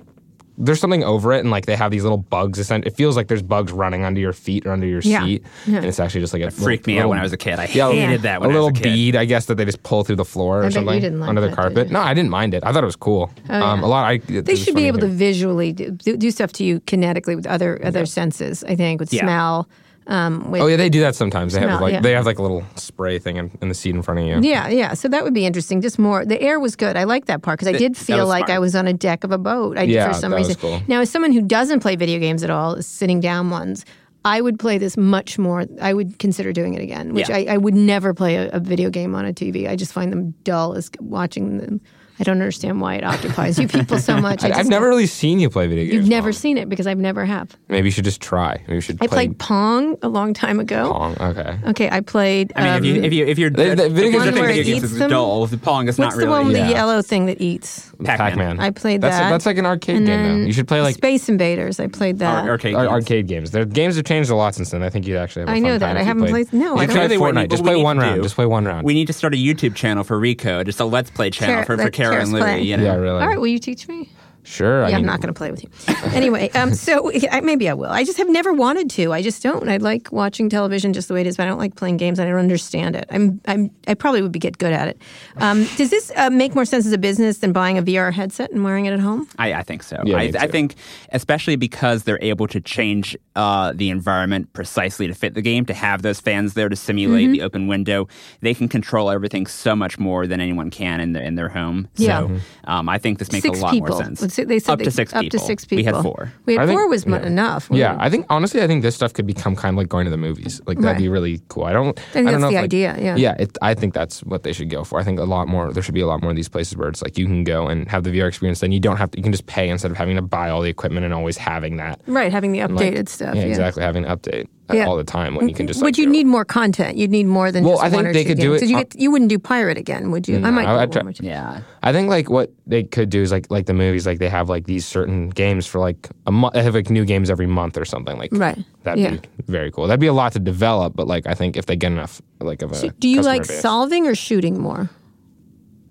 Speaker 2: there's something over it, and like they have these little bugs. essen- It feels like there's bugs running under your feet or under your
Speaker 1: Yeah.
Speaker 2: seat,
Speaker 1: Yeah.
Speaker 2: and it's actually just like a
Speaker 3: freaked me out when I was a kid. I hated that when
Speaker 2: a
Speaker 3: I was
Speaker 2: little
Speaker 3: a kid.
Speaker 2: bead, I guess, that they just pull through the floor or
Speaker 1: bet you
Speaker 2: something
Speaker 1: didn't like
Speaker 2: under the
Speaker 1: that, did
Speaker 2: carpet.
Speaker 1: you? Oh,
Speaker 2: No, I didn't mind it. I thought it was cool. um, a lot. I, it
Speaker 1: They
Speaker 2: was
Speaker 1: should
Speaker 2: funny
Speaker 1: be able
Speaker 2: here.
Speaker 1: to visually do, do, do stuff to you kinetically with other other senses. I think with
Speaker 3: Yeah.
Speaker 1: smell, um, with
Speaker 2: Oh yeah, they do that sometimes. They have
Speaker 1: Smell,
Speaker 2: like
Speaker 1: yeah.
Speaker 2: they have like a little spray thing in, in the seat in front of you.
Speaker 1: yeah, yeah. So that would be interesting. Just more. The air was good. I like that part because I did feel
Speaker 3: was
Speaker 1: like
Speaker 3: smart.
Speaker 1: I was on a deck of a boat. I,
Speaker 2: Yeah,
Speaker 1: for some
Speaker 2: that was
Speaker 1: reason.
Speaker 2: cool.
Speaker 1: Now, as someone who doesn't play video games at all, sitting down ones. I would play this much more. I would consider doing it again, which
Speaker 3: Yeah.
Speaker 1: I, I would never play a, a video game on a TV. I just find them dull as watching them. I don't understand why it occupies you people so much. I
Speaker 2: I, I've
Speaker 1: just-
Speaker 2: never really seen you play video games.
Speaker 1: You've never
Speaker 2: Mom.
Speaker 1: seen it because I've never have.
Speaker 2: Maybe you should just try. Maybe you should.
Speaker 1: I
Speaker 2: play
Speaker 1: played Pong a long time ago.
Speaker 2: Pong. Okay.
Speaker 1: Okay, I played.
Speaker 3: I mean,
Speaker 1: um,
Speaker 3: if you if you if you're
Speaker 2: The- the video
Speaker 3: if you're
Speaker 2: games-
Speaker 3: just
Speaker 2: One where
Speaker 3: thinking
Speaker 2: it
Speaker 3: games
Speaker 1: eats
Speaker 3: is
Speaker 1: them?
Speaker 3: dull, the Pong
Speaker 1: what's
Speaker 3: is not
Speaker 1: the
Speaker 3: really.
Speaker 1: one with
Speaker 2: yeah.
Speaker 1: the yellow thing that eats?
Speaker 3: Pac-Man.
Speaker 1: I played
Speaker 2: That's
Speaker 1: that.
Speaker 2: that's like an arcade game. Though. You should play like
Speaker 1: Space Invaders. I played that.
Speaker 3: Ar- arcade
Speaker 2: ar-
Speaker 3: games.
Speaker 2: arcade games. Their games have changed a lot since then. I think you'd actually. Have a
Speaker 1: I
Speaker 2: fun
Speaker 1: know that.
Speaker 2: time if
Speaker 1: I
Speaker 2: you
Speaker 1: haven't
Speaker 2: played.
Speaker 1: played- no, I
Speaker 2: you should
Speaker 1: don't
Speaker 2: try
Speaker 3: think-
Speaker 2: Fortnite. Just
Speaker 3: What
Speaker 2: play
Speaker 3: we
Speaker 2: one
Speaker 3: need to
Speaker 2: round.
Speaker 3: do-
Speaker 2: Just play one round.
Speaker 3: We need to start a YouTube channel for Rico, just a Let's Play channel
Speaker 1: Sure,
Speaker 3: for, for
Speaker 1: let's-
Speaker 3: Kara
Speaker 1: let's
Speaker 3: and Louie.
Speaker 1: play.
Speaker 3: You know?
Speaker 2: yeah, really.
Speaker 1: All right, will you teach me?
Speaker 2: Sure. I
Speaker 1: Yeah, I'm
Speaker 2: mean,
Speaker 1: not going to play with you. Anyway, um, so I, maybe I will. I just have never wanted to. I just don't. I like watching television just the way it is, but I don't like playing games. I don't understand it. I'm, I'm, I probably would be get good at it. Um, does this uh, make more sense as a business than buying a VR headset and wearing it at home?
Speaker 3: I, I think so.
Speaker 2: Yeah,
Speaker 3: I,
Speaker 2: me
Speaker 3: I
Speaker 2: too.
Speaker 3: think, especially because they're able to change uh, the environment precisely to fit the game, to have those fans there to simulate
Speaker 1: Mm-hmm.
Speaker 3: the open window, they can control everything so much more than anyone can in their in their home.
Speaker 1: Yeah.
Speaker 3: So um, I think this makes
Speaker 1: six
Speaker 3: a lot
Speaker 1: people.
Speaker 3: more sense.
Speaker 1: Let's say- They said
Speaker 3: up
Speaker 1: they-
Speaker 3: to six
Speaker 1: up
Speaker 3: people.
Speaker 1: to six
Speaker 3: We
Speaker 1: people.
Speaker 3: had four.
Speaker 1: We had
Speaker 2: I think-
Speaker 1: four was mo-
Speaker 2: yeah.
Speaker 1: enough.
Speaker 2: Yeah,
Speaker 1: I,
Speaker 2: I think honestly, I think this stuff could become kind of like going to the movies. Like that'd be
Speaker 1: Right.
Speaker 2: really cool. I don't. I,
Speaker 1: think
Speaker 2: don't
Speaker 1: that's
Speaker 2: know
Speaker 1: the
Speaker 2: if, like-
Speaker 1: idea, yeah.
Speaker 2: Yeah, it, I think that's what they should go for. I think a lot more. There should be a lot more of these places where it's like you can go and have the VR experience. Then you don't have to. You can just pay instead of having to buy all the equipment and always having that.
Speaker 1: right, having the
Speaker 2: Like,
Speaker 1: updated stuff.
Speaker 2: Yeah,
Speaker 1: yeah.
Speaker 2: exactly. Having an update uh,
Speaker 1: Yeah.
Speaker 2: all the time when you can just.
Speaker 1: Would
Speaker 2: like,
Speaker 1: you
Speaker 2: go-
Speaker 1: need more content? You'd need more than
Speaker 2: Well,
Speaker 1: just
Speaker 2: I think
Speaker 1: one or
Speaker 2: they
Speaker 1: two
Speaker 2: could do
Speaker 1: games.
Speaker 2: it
Speaker 1: Did You,
Speaker 2: on-
Speaker 1: get, you wouldn't do pirate again, would you? I might.
Speaker 2: I-
Speaker 1: do
Speaker 2: I'd
Speaker 1: one
Speaker 2: try-
Speaker 1: or two.
Speaker 3: Yeah.
Speaker 2: I think like what they could do is like like the movies like they have like these certain games for like a month. They have like new games every month or something like
Speaker 1: Right.
Speaker 2: That'd
Speaker 1: Yeah.
Speaker 2: be very cool. That'd be a lot to develop, but like I think if they get enough like of a
Speaker 1: Do you
Speaker 2: customer
Speaker 1: like
Speaker 2: base-
Speaker 1: solving or shooting more?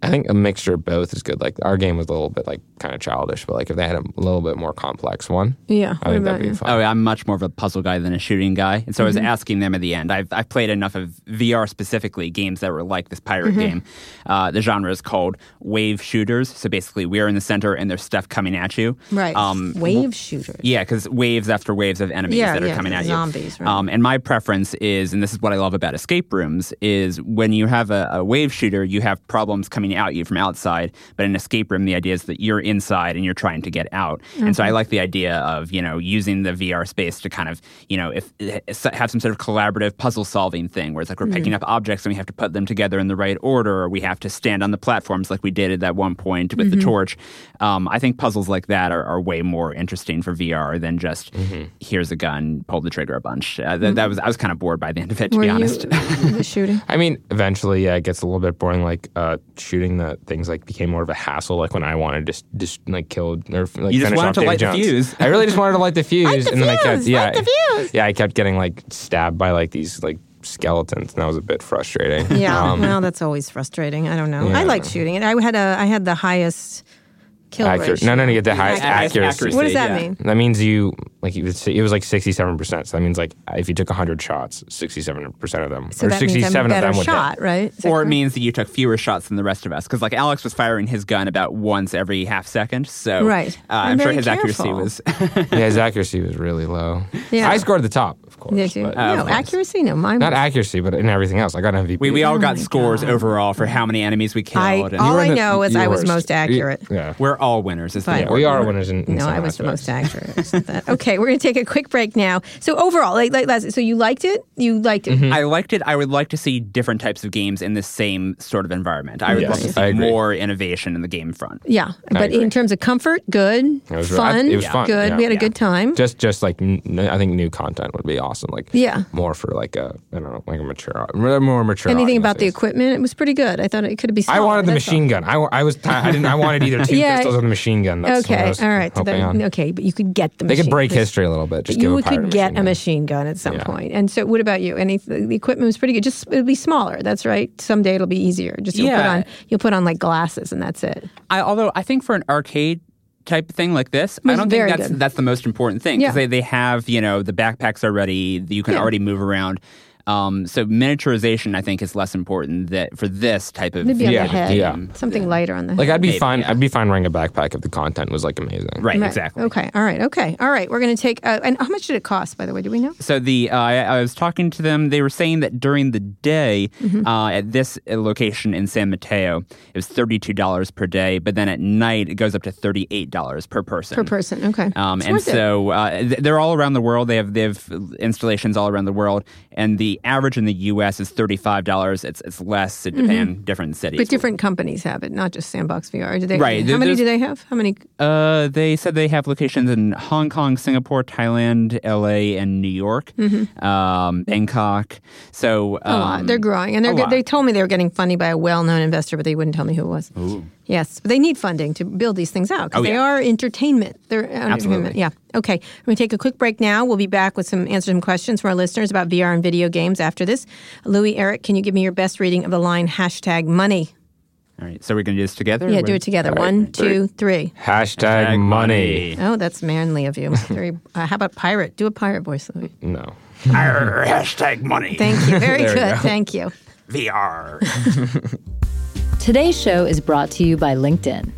Speaker 2: I think a mixture of both is good. Like our game was a little bit like kind of childish, but like if they had a little bit more complex one,
Speaker 1: Yeah.
Speaker 2: I think that'd be fun.
Speaker 3: Oh, yeah, I'm much more of a puzzle guy than a shooting guy. And so I was
Speaker 1: Mm-hmm.
Speaker 3: asking them at the end. I've, I've played enough of VR specifically games that were like this pirate
Speaker 1: Mm-hmm.
Speaker 3: game. Uh, the genre is called wave shooters. So basically, we're in the center and there's stuff coming at you.
Speaker 1: Right.
Speaker 3: Um,
Speaker 1: Wave shooters.
Speaker 3: yeah, because waves after waves of enemies
Speaker 1: Yeah,
Speaker 3: that are
Speaker 1: yeah,
Speaker 3: coming at you.
Speaker 1: zombies, right.
Speaker 3: Um, and my preference is, and this is what I love about escape rooms, is when you have a, a wave shooter, you have problems coming at you from outside. But in an escape room, the idea is that you're inside and you're trying to get out. And so I like the idea of you know using the VR space to kind of you know if eh, have some sort of collaborative puzzle solving thing where it's like we're picking
Speaker 1: Mm-hmm.
Speaker 3: up objects and we have to put them together in the right order, or we have to stand on the platforms like we did at that one point with
Speaker 1: Mm-hmm.
Speaker 3: the torch. Um, I think puzzles like that are, are way more interesting for VR than just
Speaker 2: Mm-hmm.
Speaker 3: here's a gun, pull the trigger a bunch. Uh, th- That was I was kind of bored by the end of it,
Speaker 1: Mm-hmm.
Speaker 3: to
Speaker 1: Were
Speaker 3: be
Speaker 1: you
Speaker 3: honest.
Speaker 1: the shooting?
Speaker 2: I mean, eventually, yeah, it gets a little bit boring. Like uh, shooting the things like became more of a hassle. Like when I wanted to just, just like kill or like
Speaker 3: You just
Speaker 2: finish
Speaker 3: wanted
Speaker 2: off
Speaker 3: to
Speaker 2: Davy
Speaker 3: light the
Speaker 2: Jones.
Speaker 3: fuse.
Speaker 2: I really just wanted to light the fuse,
Speaker 1: the
Speaker 2: and then I kept
Speaker 1: fuse,
Speaker 2: yeah,
Speaker 1: light the fuse.
Speaker 2: yeah, I kept getting like stabbed by like these like skeletons, and that was a bit frustrating.
Speaker 1: Yeah.
Speaker 2: Um,
Speaker 1: well, that's always frustrating. I don't know.
Speaker 2: yeah.
Speaker 1: I like shooting it. I had a. I had the highest kill
Speaker 2: accurate.
Speaker 1: ratio.
Speaker 2: No, no, no, you get the high
Speaker 3: Accuracy.
Speaker 2: accuracy.
Speaker 1: What does that
Speaker 3: Yeah.
Speaker 1: mean?
Speaker 2: That means you like you would say it was like sixty seven percent. So that means like if you took hundred shots, sixty seven percent of them
Speaker 1: So
Speaker 2: or
Speaker 1: that
Speaker 2: sixty
Speaker 1: means I'm a
Speaker 2: seven of
Speaker 1: better
Speaker 2: them would
Speaker 1: shot,
Speaker 2: hit.
Speaker 1: right? Is that
Speaker 3: Or it
Speaker 1: correct?
Speaker 3: means that you took fewer shots than the rest of us, because like Alex was firing his gun about once every half second. So
Speaker 1: Right.
Speaker 3: uh,
Speaker 1: I'm
Speaker 3: I'm sure
Speaker 1: very
Speaker 3: his accuracy
Speaker 1: careful.
Speaker 3: was
Speaker 2: Yeah, his accuracy was really low.
Speaker 1: Yeah.
Speaker 2: I scored at the top, of course.
Speaker 1: Did you?
Speaker 2: but-
Speaker 1: no accuracy. No, mine.
Speaker 2: Not
Speaker 1: was-
Speaker 2: accuracy, but in everything else, I got an MVP.
Speaker 3: We, we all got
Speaker 1: Oh my
Speaker 3: scores
Speaker 1: God.
Speaker 3: overall for how many enemies we killed.
Speaker 1: I-
Speaker 3: and
Speaker 1: all
Speaker 2: You were
Speaker 1: I
Speaker 2: in the-
Speaker 1: know is
Speaker 2: you
Speaker 1: I
Speaker 2: were
Speaker 1: was
Speaker 2: st-
Speaker 1: most accurate.
Speaker 2: Yeah.
Speaker 3: we're all winners. Is the
Speaker 1: Fine.
Speaker 2: Yeah, we are winners in, in
Speaker 1: No,
Speaker 2: some
Speaker 1: I was the most
Speaker 2: aspects.
Speaker 1: accurate. or something. okay, we're going to take a quick break now. So overall, like, like last, so you liked it. You liked it.
Speaker 2: Mm-hmm. Hmm.
Speaker 3: I liked it. I would like to see different types of games in the same sort of environment. I would
Speaker 2: Yes,
Speaker 3: love to
Speaker 2: I
Speaker 3: see
Speaker 2: agree.
Speaker 3: more innovation in the game front.
Speaker 1: Yeah, but
Speaker 2: agree.
Speaker 1: in terms of comfort, good.
Speaker 2: It was- I-
Speaker 1: fun.
Speaker 2: it was fun,
Speaker 1: Good.
Speaker 2: yeah.
Speaker 1: we had a
Speaker 3: Yeah.
Speaker 1: good time.
Speaker 2: Just, just like n- n- I think new content would be awesome. Like,
Speaker 1: Yeah.
Speaker 2: more for like a I don't know, like a mature, more mature.
Speaker 1: Anything about the
Speaker 2: audiences.
Speaker 1: equipment? It was pretty good. I thought it could be.
Speaker 2: I wanted the
Speaker 1: that's all.
Speaker 2: machine gun. I, wa- I was ti- I didn't. I wanted either two
Speaker 1: Yeah.
Speaker 2: pistols or the machine gun. That's what I
Speaker 1: Okay,
Speaker 2: was
Speaker 1: all right. So
Speaker 2: hoping
Speaker 1: that,
Speaker 2: on.
Speaker 1: okay, but you could get the.
Speaker 2: They
Speaker 1: machine.
Speaker 2: could break history a little bit. Just give
Speaker 1: You
Speaker 2: a pirate
Speaker 1: could get a
Speaker 2: gun.
Speaker 1: machine gun at some
Speaker 2: Yeah.
Speaker 1: point. And so, what about you? Any the equipment was pretty good. Just it'll be smaller. That's right. Someday it'll be easier. Just you'll put
Speaker 3: Yeah.
Speaker 1: on you'll put on like glasses, and that's it.
Speaker 3: I, although I think for an arcade type of thing like this,
Speaker 1: was
Speaker 3: I don't think
Speaker 1: very
Speaker 3: that's
Speaker 1: good.
Speaker 3: that's the most important thing because
Speaker 1: Yeah.
Speaker 3: they, they have you know the backpacks already. You can already move around. Um, so miniaturization, I think, is less important that for this type of
Speaker 1: Maybe
Speaker 2: Yeah,
Speaker 1: on the head,
Speaker 2: yeah.
Speaker 1: something lighter on the
Speaker 2: Like
Speaker 1: head.
Speaker 2: I'd be fine. I'd be fine wearing a backpack if the content was like amazing.
Speaker 3: right,
Speaker 1: Right.
Speaker 3: exactly.
Speaker 1: Okay. All right. Okay. All right. We're going to take. Uh, and how much did it cost, by the way? Do we know?
Speaker 3: So the uh, I, I was talking to them. They were saying that during the day
Speaker 1: Mm-hmm.
Speaker 3: uh, at this uh, location in San Mateo, it was thirty two dollars per day, but then at night it goes up to thirty eight dollars per person.
Speaker 1: Per person. Okay.
Speaker 3: Um,
Speaker 1: It's
Speaker 3: and
Speaker 1: worth it.
Speaker 3: so uh, th- they're all around the world. They have they have installations all around the world, and the average in the U.S. is thirty five dollars. It's it's less in Japan, different cities.
Speaker 1: Mm-hmm. But different companies have it, not just Sandbox VR. Do they?
Speaker 3: Right,
Speaker 1: How
Speaker 3: there-
Speaker 1: many do
Speaker 3: there's-
Speaker 1: they have? How many?
Speaker 3: Uh, they said they have locations in Hong Kong, Singapore, Thailand, L.A., and New York,
Speaker 1: Mm-hmm.
Speaker 3: um, Bangkok. So
Speaker 1: A lot.
Speaker 3: um,
Speaker 1: They're growing, and they're.
Speaker 3: a
Speaker 1: Good.
Speaker 3: lot.
Speaker 1: They told me they were getting funding by a well-known investor, but they wouldn't tell me who it was. Yes, but they need funding to build these things out because
Speaker 3: Oh,
Speaker 1: they
Speaker 3: yeah.
Speaker 1: are entertainment. They're entertainment. Yeah. Okay. I'm going to take a quick break now. We'll be back with some answer some questions from our listeners about VR and video games after this. Louis Eric, can you give me your best reading of the line hashtag money?
Speaker 3: All right. So we're going to do this together?
Speaker 1: Yeah,
Speaker 3: We're-
Speaker 1: do it together.
Speaker 3: All right.
Speaker 1: One, two, three.
Speaker 2: Hashtag,
Speaker 3: Hashtag
Speaker 2: money.
Speaker 1: Oh, that's manly of you. Very, uh, how about pirate? Do a pirate voice. Louis.
Speaker 2: No.
Speaker 3: Arr, hashtag money.
Speaker 1: Thank you. Very
Speaker 2: There we
Speaker 1: good.
Speaker 2: go.
Speaker 1: Thank you.
Speaker 3: VR.
Speaker 4: Today's show is brought to you by LinkedIn.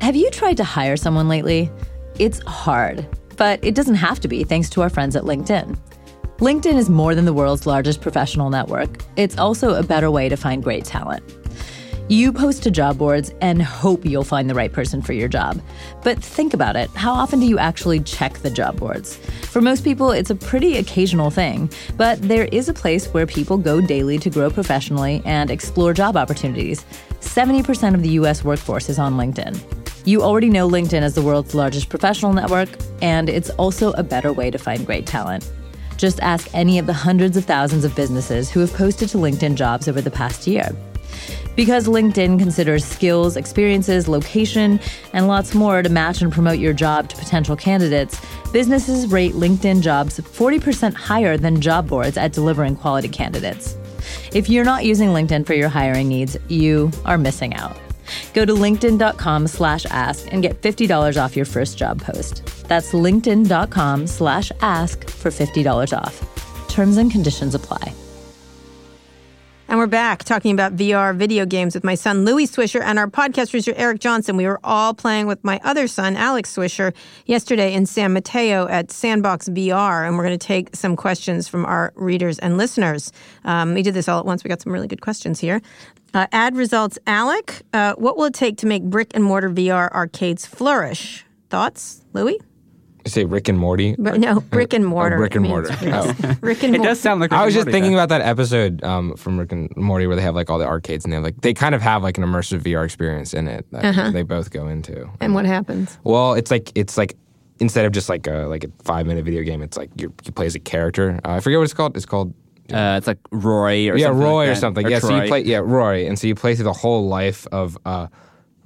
Speaker 4: Have you tried to hire someone lately? It's hard, but it doesn't have to be thanks to our friends at LinkedIn. LinkedIn is more than the world's largest professional network, it's also a better way to find great talent. You post to job boards and hope you'll find the right person for your job. But think about it how often do you actually check the job boards? For most people, it's a pretty occasional thing, but there is a place where people go daily to grow professionally and explore job opportunities. 70% of the US workforce is on LinkedIn. You already know LinkedIn as the world's largest professional network, and it's also a better way to find great talent. Just ask any of the hundreds of thousands of businesses who have posted to LinkedIn jobs over the past year. Because LinkedIn considers skills, experiences, location, and lots more to match and promote your job to potential candidates, businesses rate LinkedIn jobs 40% higher than job boards at delivering quality candidates. If you're not using LinkedIn for your hiring needs, you are missing out. Go to linkedin.com slash ask and get $50 off your first job post. That's linkedin.com slash ask for $50 off. Terms and conditions apply.
Speaker 1: And we're back talking about VR video games with my son Louis Swisher and our podcast producer Eric Johnson. We were all playing with my other son Alex Swisher yesterday in San Mateo at Sandbox VR, and we're going to take some questions from our readers and listeners. Um, we did this all at once. We got some really good questions here. Uh, ad results, Alec. Uh, what will it take to make brick and mortar VR arcades flourish? Thoughts, Louis?
Speaker 2: You say Rick and Morty?
Speaker 1: But no, brick and mortar.
Speaker 2: Uh, brick and
Speaker 1: I mean,
Speaker 2: mortar. Oh.
Speaker 1: it's- Brick and
Speaker 3: It
Speaker 1: mortar.
Speaker 3: does sound like
Speaker 2: I was just
Speaker 3: Rick and Morty,
Speaker 2: thinking
Speaker 3: though.
Speaker 2: about that episode um, from Rick and Morty where they have like all the arcades and they have like they kind of have like an immersive VR experience in it that
Speaker 1: Uh-huh.
Speaker 2: they both go into.
Speaker 1: And what happens?
Speaker 2: Well, it's like it's like instead of just like a like a five minute video game, it's like you you play as a character. Uh, I forget what it's called. It's called
Speaker 3: Uh, it's like Roy or
Speaker 2: yeah
Speaker 3: something.
Speaker 2: Roy
Speaker 3: like
Speaker 2: or
Speaker 3: that,
Speaker 2: something. yeah, so
Speaker 3: Troy.
Speaker 2: you play yeah Roy, and so you play through the whole life of uh,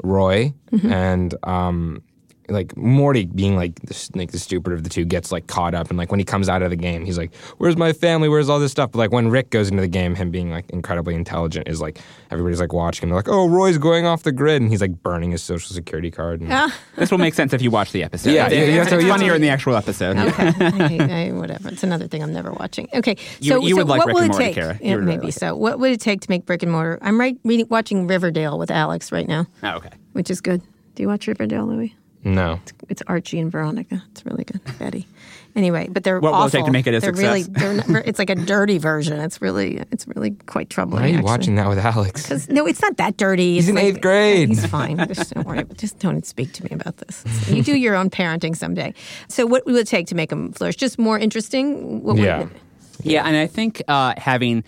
Speaker 2: Roy and um like Morty being like the, s- like the stupid of the two gets like caught up, and like when he comes out of the game, he's like, "Where's my family? Where's all this stuff?" But like when Rick goes into the game, him being like incredibly intelligent is like everybody's like watching him. They're like, "Oh, Roy's going off the grid," and he's like burning his social security card. And,
Speaker 3: This will make sense if you watch the episode.
Speaker 2: Yeah,
Speaker 3: It's-
Speaker 2: yeah, you have
Speaker 3: it's,
Speaker 2: to-
Speaker 3: it's
Speaker 2: you have
Speaker 3: funnier
Speaker 2: to-
Speaker 3: in the actual episode.
Speaker 1: Okay. I, I, whatever. It's another thing I'm never watching. Okay.
Speaker 3: You-
Speaker 1: So,
Speaker 3: you
Speaker 1: so
Speaker 3: would like
Speaker 1: what
Speaker 3: Rick
Speaker 1: will
Speaker 3: and
Speaker 1: it
Speaker 3: Morty,
Speaker 1: take?
Speaker 3: Kara. You
Speaker 1: Yeah,
Speaker 3: would really
Speaker 1: maybe
Speaker 3: like
Speaker 1: so. What would it take to make brick and mortar? I'm right reading, watching Riverdale with Alex right now,
Speaker 3: Oh, okay.
Speaker 1: which is good. Do you watch Riverdale, Louis?
Speaker 2: no,
Speaker 1: It's Archie and Veronica. It's really good. Betty. Anyway, but they're
Speaker 3: What
Speaker 1: awful.
Speaker 3: will it take to make it a
Speaker 1: they're
Speaker 3: success?
Speaker 1: Really, they're not, it's like a dirty version. It's really, it's really quite troubling.
Speaker 2: why are you
Speaker 1: actually.
Speaker 2: watching that with Alex?
Speaker 1: It's- No, it's not that dirty.
Speaker 2: He's
Speaker 1: It's
Speaker 2: in
Speaker 1: like-
Speaker 2: eighth grade.
Speaker 1: He's fine. Just don't worry. Just don't speak to me about this. You do your own parenting someday. So, what would it take to make him flourish? Just more interesting. What would
Speaker 2: Yeah.
Speaker 1: it-
Speaker 3: Yeah, and I think uh, having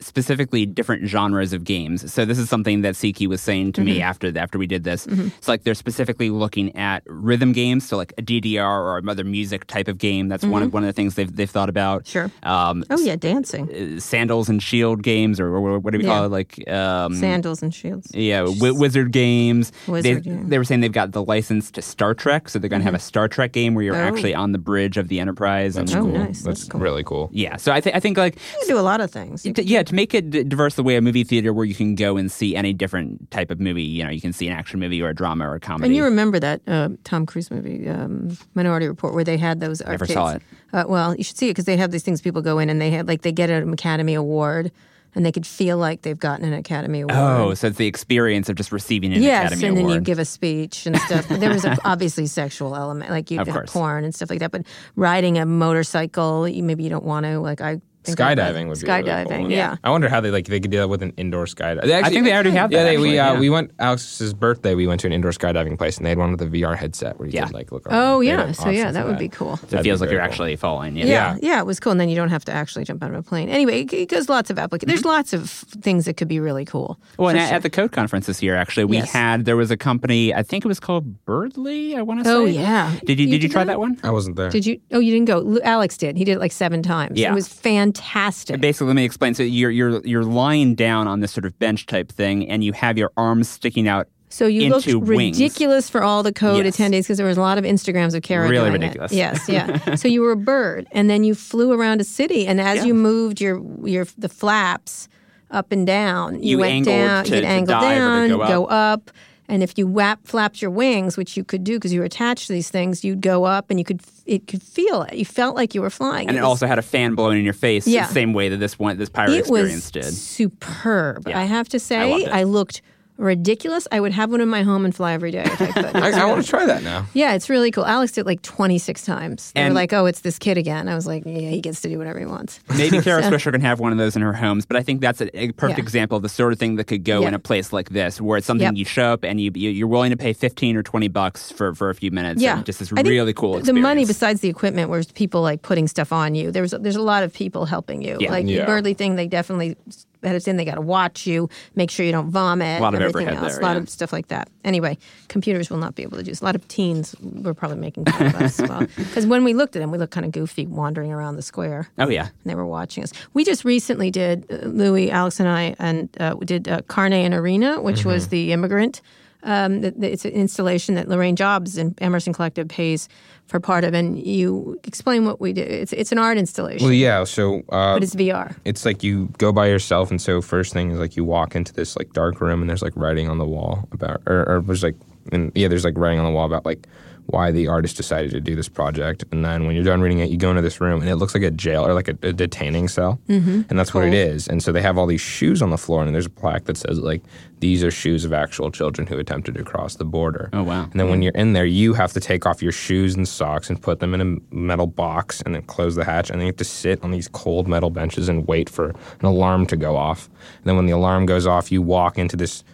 Speaker 3: specifically different genres of games. So this is something that Siki was saying to
Speaker 1: Mm-hmm.
Speaker 3: me after after we did this. It's like they're specifically looking at rhythm games, so like a DDR or another music type of game. That's one of one of the things they've they've thought about.
Speaker 1: Mm-hmm. Sure.
Speaker 3: Um,
Speaker 1: Oh yeah, dancing,
Speaker 3: uh, sandals and shield games, or, or what do we
Speaker 1: Yeah.
Speaker 3: call it? Like um,
Speaker 1: sandals and shields.
Speaker 3: yeah, wi- Wizard Games.
Speaker 1: Wizard,
Speaker 3: they,
Speaker 1: yeah.
Speaker 3: they were saying they've got the license to Star Trek, so they're going to have a Star Trek game where you're
Speaker 1: Oh.
Speaker 3: actually on the bridge of the Enterprise. and,
Speaker 1: Oh, nice. That's
Speaker 2: That's,
Speaker 1: cool.
Speaker 2: really cool.
Speaker 3: Yeah, so I, th- I think like
Speaker 1: You can do a lot of things. You
Speaker 3: to- yeah, to make it d- diverse the way a movie theater where you can go and see any different type of movie. You know, you can see an action movie or a drama or a comedy.
Speaker 1: And you remember that uh, Tom Cruise movie, um, Minority Report, where they had those arcades.
Speaker 3: saw it.
Speaker 1: Uh, well, you should see it because they have these things people go in and they had like they get an Academy Award and they could feel like they've gotten an Academy Award.
Speaker 3: oh, so it's the experience of just receiving an
Speaker 1: yes,
Speaker 3: Academy
Speaker 1: and
Speaker 3: Award.
Speaker 1: then you give a speech and stuff. But there was a, obviously sexual element, like you
Speaker 3: Of
Speaker 1: have
Speaker 3: course.
Speaker 1: porn and stuff like that. But riding a motorcycle, you, maybe you don't want to. Like I think I
Speaker 2: Skydiving would be really
Speaker 1: skydiving.
Speaker 2: cool.
Speaker 1: yeah.
Speaker 2: I wonder how they like they could do that with an indoor skydiving.
Speaker 3: I think they already have that.
Speaker 2: Yeah, they, we
Speaker 3: actually,
Speaker 2: uh,
Speaker 3: yeah.
Speaker 2: we went Alex's birthday. We went to an indoor skydiving place, and they had one with a VR headset where you
Speaker 3: Yeah.
Speaker 2: could like look.
Speaker 1: Oh
Speaker 2: around. They had
Speaker 1: yeah,
Speaker 2: an
Speaker 1: so
Speaker 2: option
Speaker 1: yeah,
Speaker 2: for
Speaker 1: that would be cool.
Speaker 3: so it
Speaker 2: be
Speaker 3: feels like
Speaker 2: very
Speaker 3: you're
Speaker 2: cool.
Speaker 3: actually falling. Yeah.
Speaker 1: Yeah. yeah, it was cool, and then you don't have to actually jump out of a plane. Anyway, it, it goes lots of applications. There's lots of things that could be really cool.
Speaker 3: Well, and
Speaker 1: For
Speaker 3: at-
Speaker 1: sure.
Speaker 3: at the Code conference this year, actually, we
Speaker 1: Yes.
Speaker 3: had there was a company. I think it was called Birdly. I want to say.
Speaker 1: Oh, yeah.
Speaker 3: Did you
Speaker 1: You
Speaker 3: did you
Speaker 1: did
Speaker 3: try
Speaker 1: that?
Speaker 3: that one?
Speaker 2: I wasn't there.
Speaker 1: did you? Oh, you didn't go. Lu- Alex did. He did it like seven times.
Speaker 3: Yeah.
Speaker 1: it was fantastic.
Speaker 3: Basically, let me explain. So you're you're you're lying down on this sort of bench type thing, and you have your arms sticking out.
Speaker 1: So you looked
Speaker 3: into wings.
Speaker 1: ridiculous for all the code
Speaker 3: Yes.
Speaker 1: attendees because there was a lot of Instagrams of Kara.
Speaker 3: Really
Speaker 1: doing it.
Speaker 3: ridiculous.
Speaker 1: Yes, yeah. so you were a bird, and then you flew around a city, and as you moved your your the flaps, up and down.
Speaker 3: You
Speaker 1: went
Speaker 3: angled
Speaker 1: down,
Speaker 3: to-
Speaker 1: you could
Speaker 3: to
Speaker 1: angle
Speaker 3: dive or
Speaker 1: down,
Speaker 3: to
Speaker 1: you
Speaker 3: go up.
Speaker 1: go up. And if you wap, flapped your wings, which you could do because you were attached to these things, you'd go up and you could f- it could feel it. You felt like you were flying.
Speaker 3: And it
Speaker 1: was-
Speaker 3: also had a fan blowing in your face,
Speaker 1: Yeah.
Speaker 3: the same way that this one, this pirate
Speaker 1: it
Speaker 3: experience
Speaker 1: was
Speaker 3: did.
Speaker 1: superb.
Speaker 3: Yeah.
Speaker 1: I have to
Speaker 3: I loved
Speaker 1: say,
Speaker 3: it.
Speaker 1: I, looked ridiculous. I would have one in my home and fly every day if I could.
Speaker 2: I, I want to try that now.
Speaker 1: yeah, it's really cool. Alex did it like 26 times. They
Speaker 3: And-
Speaker 1: were like, oh, it's this kid again. I was like, yeah, he gets to do whatever he wants.
Speaker 3: Maybe Kara Swisher can have one of those in her homes, but I think that's a, a perfect
Speaker 1: Yeah.
Speaker 3: example of the sort of thing that could go
Speaker 1: Yeah.
Speaker 3: in a place like this, where it's something
Speaker 1: Yep.
Speaker 3: you show up and you, you you're willing to pay fifteen or twenty bucks for, for a few minutes.
Speaker 1: Yeah,
Speaker 3: and just this
Speaker 1: I think
Speaker 3: really cool.
Speaker 1: The money
Speaker 3: experience.
Speaker 1: besides the equipment was people like putting stuff on you. There was there's a lot of people helping you.
Speaker 3: Yeah.
Speaker 1: Like
Speaker 2: Yeah.
Speaker 1: the Birdly thing, they definitely had us in. They got to watch you, make sure you don't vomit.
Speaker 3: A lot of
Speaker 1: everything
Speaker 3: overhead
Speaker 1: else,
Speaker 3: there,
Speaker 1: a lot
Speaker 3: yeah.
Speaker 1: of stuff like that. Anyway, computers will not be able to do this. A lot of teens were probably making fun of us because when we looked at them, we looked kind of goofy wandering around the square.
Speaker 3: Oh yeah,
Speaker 1: And they were watching us. We just recently did uh, Louis, Alex, and I, and uh, we did uh, Carne and Arena, which
Speaker 2: Mm-hmm.
Speaker 1: was the immigrant. Um, the, the- it's an installation that Lorraine Jobs and Emerson Collective pays for part of. And you explain what we do. It's it's an art installation,
Speaker 2: Well, yeah. So uh,
Speaker 1: but it's VR.
Speaker 2: it's like you go by yourself, and so first thing is like you walk into this like dark room, and there's like writing on the wall about, or, or was like, and yeah, there's like writing on the wall about like why the artist decided to do this project, and then when you're done reading it, you go into this room, and it looks like a jail or like a, a detaining cell, mm-hmm. and that's what it is. And so they have all these shoes on the floor, and there's a plaque that says like these are shoes of actual children who attempted to cross the border.
Speaker 3: Oh, wow.
Speaker 2: And then
Speaker 1: Mm-hmm.
Speaker 2: when you're in there, you have to take off your shoes and socks and put them in a metal box and then close the hatch. And then you have to sit on these cold metal benches and wait for an alarm to go off. And then when the alarm goes off, you walk into this.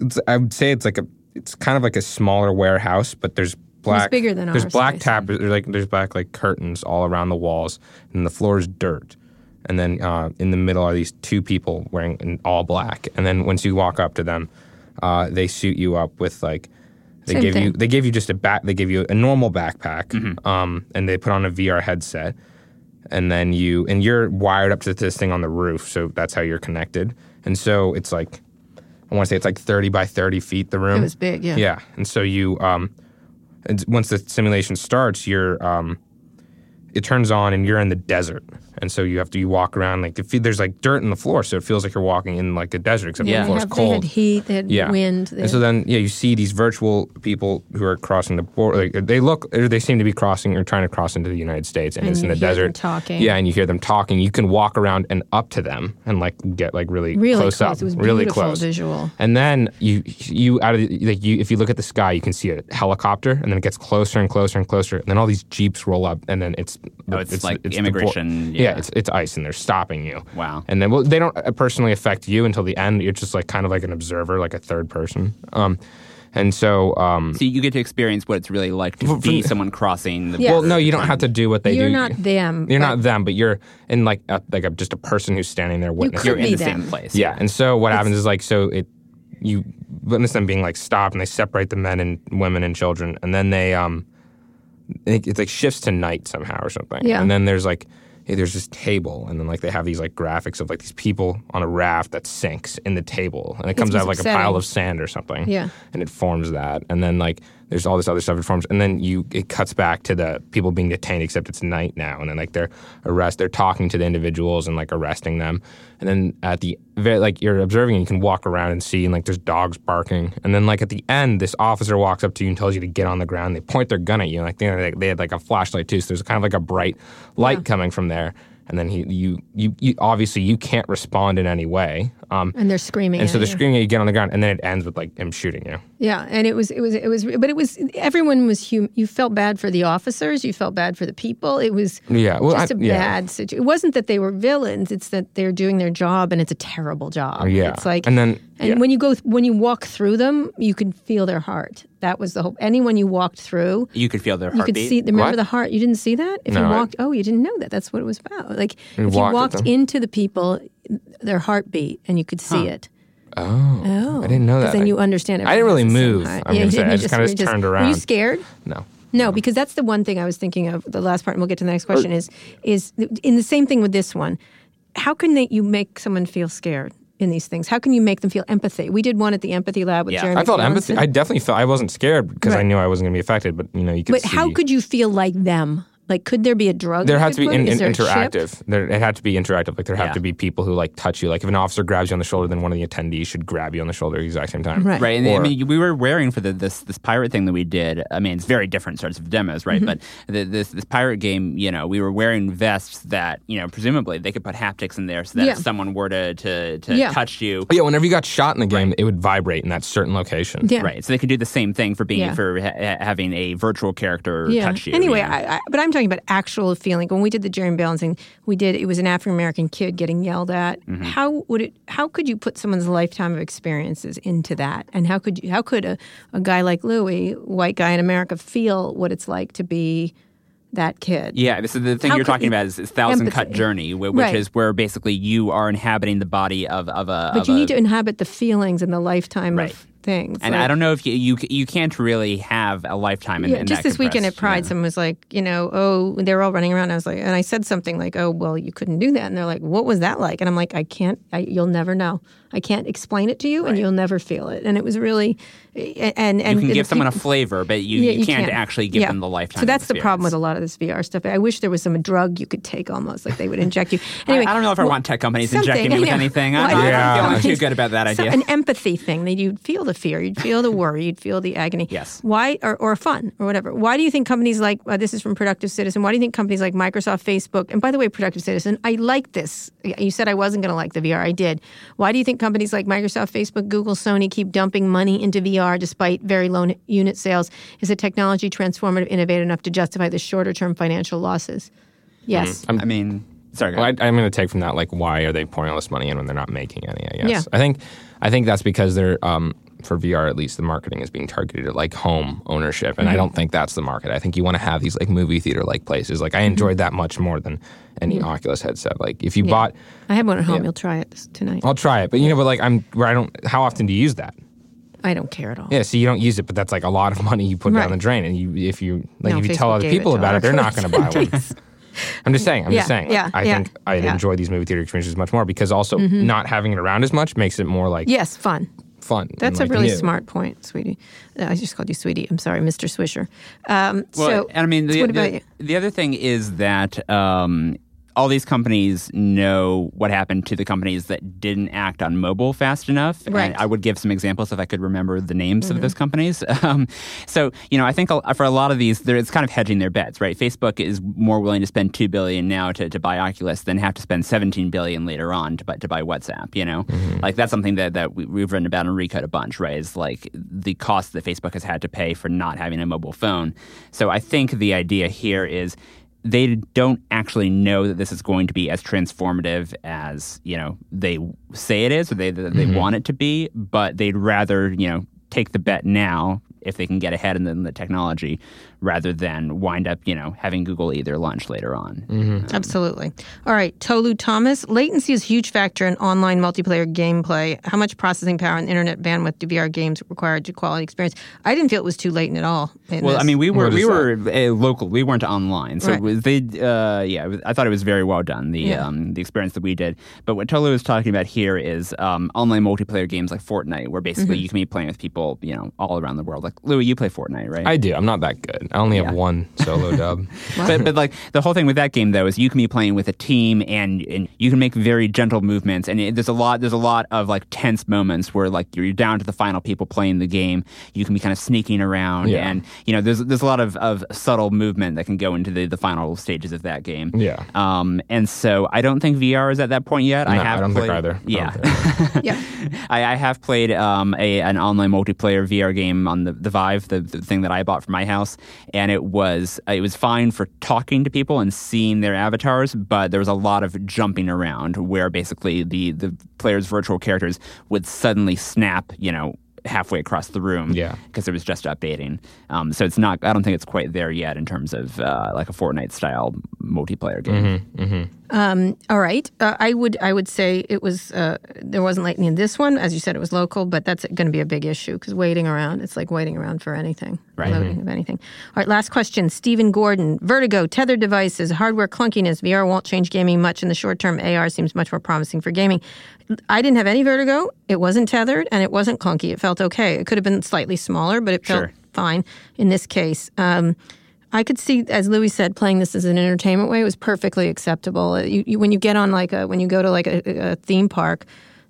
Speaker 2: It's, I would say it's like a. It's kind of like a smaller warehouse, but there's black.
Speaker 1: bigger than
Speaker 2: There's
Speaker 1: ours,
Speaker 2: black
Speaker 1: I
Speaker 2: tap. There's like there's black like curtains all around the walls, and the floor is dirt. And then uh, in the middle are these two people wearing in all black. And then once you walk up to them, uh, they suit you up with like they
Speaker 1: Same
Speaker 2: give you
Speaker 1: thing.
Speaker 2: they give you just a back they give you a normal backpack um, and they put on a VR headset and then you and you're wired up to this thing on the roof so that's how you're connected and so it's like I want to say it's like 30 by 30 feet the room
Speaker 1: It was big, yeah.
Speaker 2: yeah and so you um and once the simulation starts you're um it turns on and you're in the desert and so you have to you walk around like if there's like dirt in the floor so it feels like you're walking in like a desert except
Speaker 3: Yeah.
Speaker 2: the
Speaker 1: They,
Speaker 2: floor's
Speaker 1: have, they
Speaker 2: cold
Speaker 1: had heat, they had
Speaker 2: yeah.
Speaker 1: wind. They
Speaker 2: and so
Speaker 1: had-
Speaker 2: then, yeah, you see these virtual people who are crossing the border. Like, they look, or they seem to be crossing or trying to cross into the United States, and,
Speaker 1: And
Speaker 2: it's in
Speaker 1: you
Speaker 2: the
Speaker 1: hear them
Speaker 2: desert.
Speaker 1: talking.
Speaker 2: Yeah, and you hear them talking. You can walk around and up to them and like get like really,
Speaker 1: really
Speaker 2: close, up,
Speaker 1: It was
Speaker 2: really
Speaker 1: beautiful
Speaker 2: close.
Speaker 1: visual.
Speaker 2: And then you you out of the, like you if you look at the sky, you can see a helicopter, and then it gets closer and closer and closer, and then all these jeeps roll up, and then it's
Speaker 3: Oh, it's like
Speaker 2: the bor-
Speaker 3: immigration,
Speaker 2: yeah,
Speaker 3: yeah.
Speaker 2: it's it's ice, and they're stopping you.
Speaker 3: Wow.
Speaker 2: And then well, they don't uh, personally affect you until the end. You're just like kind of like an observer, like a third person. Um, and so um,
Speaker 3: so you get to experience what it's really like to be someone crossing the.
Speaker 1: Yeah.
Speaker 2: well, no, you don't have to do what they
Speaker 1: You're
Speaker 2: do.
Speaker 1: not them,
Speaker 2: You're
Speaker 1: but-
Speaker 2: not them, but you're in like a, like a, just a person who's standing there witnessing.
Speaker 3: You're
Speaker 1: Could
Speaker 3: in
Speaker 1: be
Speaker 3: the same
Speaker 1: them.
Speaker 3: place.
Speaker 2: Yeah, and so what happens is like so it you witness them being like stopped and they separate the men and women and children and then they um it, it like shifts to night somehow or something.
Speaker 1: Yeah.
Speaker 2: And then there's like hey, there's this table and then like they have these like graphics of like these people on a raft that sinks in the table and it comes
Speaker 1: was
Speaker 2: out of, like a
Speaker 1: upsetting.
Speaker 2: pile of sand or something.
Speaker 1: Yeah.
Speaker 2: And it forms that and then like there's all this other stuff it forms and then you it cuts back to the people being detained except it's night now and then like they're arrest they're talking to the individuals and like arresting them and then at the ve- like you're observing and you can walk around and see and like there's dogs barking and then like at the end this officer walks up to you and tells you to get on the ground they point their gun at you and like they, like, they had like a flashlight too so there's kind of like a bright light coming from there and then he you, you you obviously you can't respond in any way um
Speaker 1: And they're screaming.
Speaker 2: and so
Speaker 1: at
Speaker 2: they're
Speaker 1: you.
Speaker 2: screaming at you get on the ground and then it ends with like him shooting you
Speaker 1: Yeah, and it was it was it was but it was everyone was hum- you felt bad for the officers, you felt bad for the people. It was
Speaker 2: Yeah, well,
Speaker 1: just
Speaker 2: I-
Speaker 1: a
Speaker 2: yeah.
Speaker 1: bad situation. It wasn't that they were villains, it's that they're doing their job and it's a terrible job.
Speaker 2: Yeah.
Speaker 1: It's like
Speaker 2: And then-
Speaker 1: and
Speaker 2: yeah.
Speaker 1: when you go th- when you walk through them, you can feel their heart. That was the whole anyone you walked through
Speaker 3: you could feel their
Speaker 1: you
Speaker 3: heartbeat.
Speaker 1: could see. Remember
Speaker 2: What?
Speaker 1: the heart? You didn't see that. If
Speaker 2: No,
Speaker 1: you
Speaker 2: I-
Speaker 1: walked, oh, you didn't know that. That's what it was about. Like if
Speaker 2: walked at
Speaker 1: you walked
Speaker 2: them.
Speaker 1: into the people, their heartbeat, and you could see it. Oh, oh,
Speaker 2: I didn't know that.
Speaker 1: Then you understand it.
Speaker 2: I didn't really move, I'm gonna say. I just kinda just turned
Speaker 1: Were
Speaker 2: around.
Speaker 1: you scared?
Speaker 2: no
Speaker 1: No, because that's the one thing I was thinking of. The last part, and we'll get to the
Speaker 2: Oh.
Speaker 1: next question. Is is in the same thing with this one? How can they, you make someone feel scared in these things? How can you make them feel empathy? We did one at the empathy lab with
Speaker 3: Yeah.
Speaker 1: Jeremy.
Speaker 2: I felt
Speaker 1: Johnson.
Speaker 2: empathy. I definitely felt. I wasn't scared because I
Speaker 1: Right.
Speaker 2: knew I wasn't going to be affected. But you know, you could.
Speaker 1: But how
Speaker 2: see-
Speaker 1: could you feel like them? Like, could there be a drug?
Speaker 2: there
Speaker 1: that
Speaker 2: had to
Speaker 1: could
Speaker 2: be
Speaker 1: work?
Speaker 2: in,
Speaker 1: Is
Speaker 2: in-
Speaker 1: there a chip?
Speaker 2: interactive. There, it had to be interactive. Like there have
Speaker 3: Yeah.
Speaker 2: to be people who like touch you. Like if an officer grabs you on the shoulder, then one of the attendees should grab you on the shoulder at the exact same time.
Speaker 1: Right.
Speaker 3: Right, and
Speaker 2: Or-
Speaker 3: I mean, we were wearing for the, this this pirate thing that we did. I mean, it's very different sorts of demos,
Speaker 1: Mm-hmm.
Speaker 3: right? But the, this this pirate game, you know, we were wearing vests that, you know, presumably they could put haptics in there so that
Speaker 1: Yeah.
Speaker 3: if someone were to to, to
Speaker 1: Yeah.
Speaker 3: touch you,
Speaker 2: But yeah, whenever you got shot in the game, it would vibrate in that certain location.
Speaker 1: Yeah.
Speaker 3: right? So they could do the same thing for being
Speaker 1: Yeah.
Speaker 3: for ha- ha- having a virtual character
Speaker 1: Yeah.
Speaker 3: touch you.
Speaker 1: Anyway,
Speaker 3: you know?
Speaker 1: I, I, but I'm talking about actual feeling. When we did the jury imbalancing, we did. It was an African American kid getting yelled at.
Speaker 3: Mm-hmm.
Speaker 1: How would it? How could you put someone's lifetime of experiences into that? And how could you? How could a, a guy like Louis, white guy in America, feel what it's like to be that kid?
Speaker 3: yeah. So the thing
Speaker 1: How
Speaker 3: you're
Speaker 1: could
Speaker 3: talking
Speaker 1: you-
Speaker 3: about is, is thousand cut
Speaker 1: empathy.
Speaker 3: journey, wh- which
Speaker 1: Right.
Speaker 3: is where basically you are inhabiting the body of of a.
Speaker 1: But
Speaker 3: of
Speaker 1: you
Speaker 3: a,
Speaker 1: need to inhabit the feelings and the lifetime
Speaker 3: Right.
Speaker 1: of things.
Speaker 3: and I
Speaker 1: Like-
Speaker 3: don't know if you, you c- you can't really have a lifetime in,
Speaker 1: Yeah,
Speaker 3: in
Speaker 1: just
Speaker 3: that
Speaker 1: this weekend at
Speaker 3: compressed-
Speaker 1: Pride, someone was like, you know, oh, they were all running around. I was like, and I said something like, oh, well, you couldn't do that. And they're like, what was that like? And I'm like, I can't, I, you'll never know. I can't explain it to you, and you'll never feel it. And it was really, and and
Speaker 3: you can
Speaker 1: the
Speaker 3: give someone a
Speaker 1: peop-
Speaker 3: flavor, but you,
Speaker 1: yeah,
Speaker 3: you, can't, actually give
Speaker 1: Yeah.
Speaker 3: them the lifetime.
Speaker 1: So that's the problem with
Speaker 3: experience.
Speaker 1: a lot of this VR stuff. I wish there was some drug you could take almost, like they would inject you. Anyway,
Speaker 3: I, I don't know if I
Speaker 1: wh-
Speaker 3: want tech companies
Speaker 1: something,
Speaker 3: injecting me
Speaker 1: I
Speaker 3: with
Speaker 1: know.
Speaker 3: anything.
Speaker 1: Well, I
Speaker 3: I'm, not-
Speaker 1: know.
Speaker 3: I'm
Speaker 2: Yeah.
Speaker 3: feeling too good about that
Speaker 1: So-
Speaker 3: idea.
Speaker 1: an empathy thing that you'd feel the fear, you'd feel the worry, you'd feel the agony.
Speaker 3: Yes.
Speaker 1: Why or, or fun or whatever? Why do you think companies like uh, this is from Productive Citizen? Why do you think companies like Microsoft, Facebook, and by the way, Productive Citizen, I like this. You said I wasn't going to like the VR. I did. Why do you think companies like Microsoft, Facebook, Google, Sony keep dumping money into VR despite very low n- unit sales? Is the technology transformative, innovative enough to justify the shorter term financial losses? Yes.
Speaker 3: Mm-hmm. I mean, sorry. go
Speaker 2: Well, I,
Speaker 3: ahead.
Speaker 2: I'm going to take from that like why are they pouring all this money in when they're not making any? I guess.
Speaker 1: Yeah.
Speaker 2: I think I think that's because they're um, for VR at least the marketing is being targeted at like home ownership, and I don't think that's the market. I think you want to have these like movie theater like places. Like I enjoyed that much more than any Oculus headset. Like if you bought,
Speaker 1: I have one at home. You'll try it this- tonight.
Speaker 2: I'll try it, but you know, but like I'm where I don't. How often do you use that?
Speaker 1: I don't care at all.
Speaker 2: Yeah, so you don't use it, but that's like a lot of money you put
Speaker 1: Right.
Speaker 2: down the drain, and you if you like
Speaker 1: No,
Speaker 2: if you tell
Speaker 1: Facebook
Speaker 2: other
Speaker 1: gave
Speaker 2: people
Speaker 1: it to
Speaker 2: about
Speaker 1: our
Speaker 2: it, they're not going to buy one. I'm just saying. I'm
Speaker 1: Yeah,
Speaker 2: just saying. like,
Speaker 1: yeah,
Speaker 2: I
Speaker 1: yeah,
Speaker 2: think I'd
Speaker 1: yeah. Mm-hmm.
Speaker 2: enjoy these movie theater experiences much more because also not having it around as much makes it more like
Speaker 1: Yes, fun.
Speaker 2: fun. and,
Speaker 1: That's
Speaker 2: like,
Speaker 1: a really
Speaker 2: new.
Speaker 1: smart point, sweetie. Uh, I just called you sweetie. I'm sorry, Mr. Swisher. Um, so,
Speaker 3: and I mean, the,
Speaker 1: what
Speaker 3: the-
Speaker 1: about you?
Speaker 3: the other thing is that um, all these companies know what happened to the companies that didn't act on mobile fast enough.
Speaker 1: Right.
Speaker 3: And I would give some examples if I could remember the names of those companies. Um, so, you know, I think a- for a lot of these, they're- it's kind of hedging their bets, right? Facebook is more willing to spend two billion now to, to buy Oculus than have to spend seventeen billion later on to buy to buy WhatsApp. You know, like that's something that that we, we've written about in Recode a bunch, right? Is like the cost that Facebook has had to pay for not having a mobile phone. So I think the idea here is they don't actually know that this is going to be as transformative as you know they say it is or they that they want it to be, but they'd rather you know take the bet now if they can get ahead in the, in the technology rather than wind up you know having Google eat their lunch later on.
Speaker 1: Absolutely. All right, Tolu Thomas. Latency is a huge factor in online multiplayer gameplay. How much processing power and internet bandwidth do VR games require to quality experience? I didn't feel it was too latent at all. in
Speaker 3: Well, I
Speaker 1: this.
Speaker 3: mean, we were
Speaker 2: What is
Speaker 3: we were uh, local. We weren't online, so
Speaker 1: Right.
Speaker 3: was- they uh, yeah. it was- I thought it was very well done. The
Speaker 1: Yeah.
Speaker 3: um, the experience that we did. But what Tolu was talking about here is um, online multiplayer games like Fortnite, where
Speaker 1: Mm-hmm.
Speaker 3: basically you can be playing with people you know all around the world. Like Louis, you play Fortnite, right?
Speaker 2: I do. I'm not that good. I only have one solo dub.
Speaker 3: but, but like the whole thing with that game though is you can be playing with a team and, and you can make very gentle movements and it, there's a lot there's a lot of like tense moments where like you're down to the final people playing the game you can be kind of sneaking around
Speaker 2: Yeah.
Speaker 3: and you know there's there's a lot of, of subtle movement that can go into the, the final stages of that game
Speaker 2: Yeah.
Speaker 3: um and so I don't think VR is at that point yet I
Speaker 2: No,
Speaker 3: have
Speaker 2: I don't think
Speaker 3: played-
Speaker 2: either. I don't
Speaker 3: yeah
Speaker 2: think either.
Speaker 1: yeah.
Speaker 3: I, I have played um, a an online multiplayer VR game on the, the Vive, the, the thing that I bought for my house, and it was it was fine for talking to people and seeing their avatars, but there was a lot of jumping around where basically the the player's virtual characters would suddenly snap, you know. Halfway across the room,
Speaker 2: Yeah.
Speaker 3: because it was just updating. Um, so it's not. I don't think it's quite there yet in terms of uh, like a Fortnite style multiplayer game.
Speaker 1: All right. Uh, I would I would say it was uh, there wasn't lightning in this one, as you said, it was local, but that's going to be a big issue because waiting around, it's like waiting around for anything,
Speaker 3: Right.
Speaker 1: loading of anything. All right. Last question, Stephen Gordon, Vertigo, tethered devices, hardware clunkiness, VR won't change gaming much in the short term. AR seems much more promising for gaming. I didn't have any Vertigo. It wasn't tethered and it wasn't clunky. It felt okay. It could have been slightly smaller, but it felt
Speaker 3: Sure.
Speaker 1: fine in this case. Um, I could see, as Louis said, playing this as an entertainment way was perfectly acceptable. Uh, You, you, when you get on like a, when you go to like a, a theme park,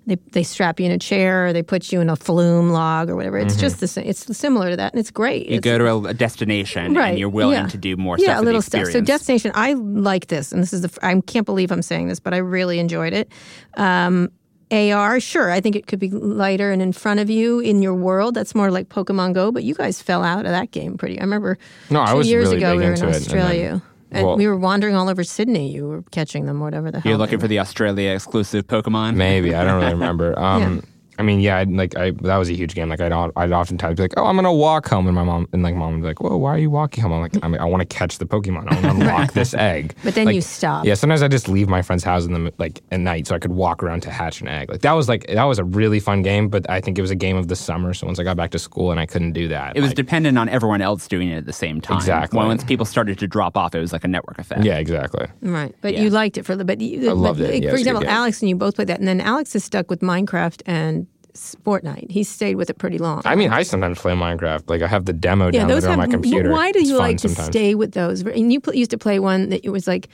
Speaker 1: they, they strap you in a chair or they put you in a flume log or whatever. It's just the same. It's similar to that, and it's great.
Speaker 3: You
Speaker 1: It's-
Speaker 3: go to a, a destination and you're willing
Speaker 1: yeah.
Speaker 3: to do more
Speaker 1: yeah,
Speaker 3: stuff.
Speaker 1: a
Speaker 3: for
Speaker 1: little
Speaker 3: the experience.
Speaker 1: stuff. So destination, I like this, and this is the f- I can't believe I'm saying this, but I really enjoyed it. Um, AR, sure, I think it could be lighter and in front of you in your world. That's more like Pokemon Go, but you guys fell out of that game pretty. I remember
Speaker 2: No, I
Speaker 1: two
Speaker 2: was
Speaker 1: years
Speaker 2: really
Speaker 1: ago
Speaker 2: big
Speaker 1: we were in
Speaker 2: into it, and then-
Speaker 1: Australia. And
Speaker 2: well-
Speaker 1: we were wandering all over Sydney. You were catching them, whatever the hell.
Speaker 2: Oh,
Speaker 3: You're
Speaker 1: they
Speaker 3: looking for the Australia exclusive Pokemon.
Speaker 2: Maybe I don't really remember. Um, I mean, yeah, I'd, like I that was a huge game. Like I'd al- I'd oftentimes be like, oh, I'm gonna walk home, and my mom and like mom would be like, whoa, why are you walking home? I'm like, I'm, I want to catch the Pokemon. I want to unlock this egg.
Speaker 1: But then
Speaker 2: Like,
Speaker 1: you stop.
Speaker 2: Yeah, sometimes I just leave my friend's house in the m- like at night so I could walk around to hatch an egg. Like that was like that was a really fun game, but I think it was a game of the summer. So once I got back to school and I couldn't do that,
Speaker 3: It was
Speaker 2: like-
Speaker 3: dependent on everyone else doing it at the same time.
Speaker 2: Exactly.
Speaker 3: Once people started to drop off, it was like a network effect.
Speaker 2: yeah, exactly.
Speaker 1: Right, but
Speaker 3: Yeah.
Speaker 1: you liked it for the but you, I
Speaker 2: loved
Speaker 1: but,
Speaker 2: it. Yeah,
Speaker 1: for
Speaker 2: it was a good
Speaker 1: example,
Speaker 2: game.
Speaker 1: Alex and you both played that, and then Alex is stuck with Minecraft and s- Fortnite. He stayed with it pretty long.
Speaker 2: I mean, I sometimes play Minecraft. Like I have the demo
Speaker 1: yeah,
Speaker 2: downloaded
Speaker 1: those
Speaker 2: on
Speaker 1: have.
Speaker 2: my computer.
Speaker 1: Why do
Speaker 2: It's
Speaker 1: you
Speaker 2: fun
Speaker 1: like to
Speaker 2: sometimes.
Speaker 1: stay with those? And you pl- used to play one that it was like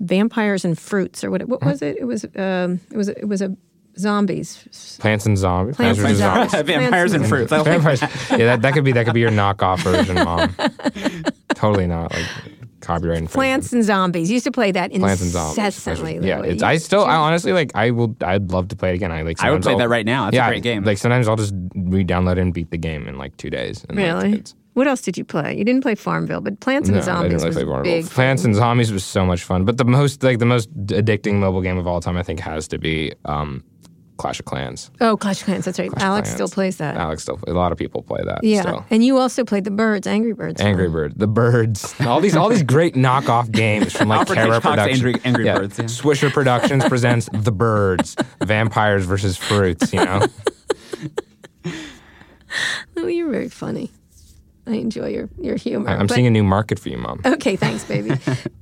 Speaker 1: vampires and fruits, or what? What
Speaker 2: Hmm?
Speaker 1: was it? It was um, it was it was a zombies.
Speaker 2: Plants and zombies.
Speaker 1: Plants and
Speaker 2: vs.
Speaker 1: zombies.
Speaker 3: Vampires and fruits. I like
Speaker 2: Vampires. yeah, that, that could be that could be your knockoff version, mom. totally not like copyright infringement.
Speaker 1: Plants and zombies. You used to play that
Speaker 2: Mm-hmm. Plants and zombies.
Speaker 1: incessantly.
Speaker 2: yeah,
Speaker 1: Louis.
Speaker 2: it's, I still, I honestly like. I will. I'd love to play it again. I like.
Speaker 3: I would
Speaker 2: sometimes
Speaker 3: play
Speaker 2: I'll-
Speaker 3: that right now. It's a
Speaker 2: yeah,
Speaker 3: great game.
Speaker 2: Like sometimes I'll just re-download it and beat the game in like two days. And, like,
Speaker 1: really.
Speaker 2: it's-
Speaker 1: What else did you play? You didn't play Farmville, but Plants
Speaker 2: no,
Speaker 1: and
Speaker 2: I didn't
Speaker 1: Zombies
Speaker 2: really
Speaker 1: was
Speaker 2: play Marvel.
Speaker 1: big.
Speaker 2: Plants and Zombies was so much fun, but the most like the most addicting mobile game of all time, I think, has to be um, Clash of Clans.
Speaker 1: Oh, Clash of Clans. That's right. Alex still
Speaker 2: Clans.
Speaker 1: plays that.
Speaker 2: Alex still, a lot of people play that.
Speaker 1: Uh. Yeah,
Speaker 2: still.
Speaker 1: and you also played the Birds, Angry Birds.
Speaker 2: Angry Bird, The Birds, all these all these great knockoff games from like
Speaker 3: Alfred
Speaker 2: Terra
Speaker 3: Hitchcock's
Speaker 2: Productions.
Speaker 3: Angry- Angry Birds, yeah.
Speaker 2: Swisher Productions presents The Birds, Vampires versus Fruits. You know,
Speaker 1: Oh, you're very funny. I enjoy your your humor.
Speaker 2: I'm
Speaker 1: but- Uh,
Speaker 2: seeing a new market for you, mom.
Speaker 1: Okay, thanks, baby.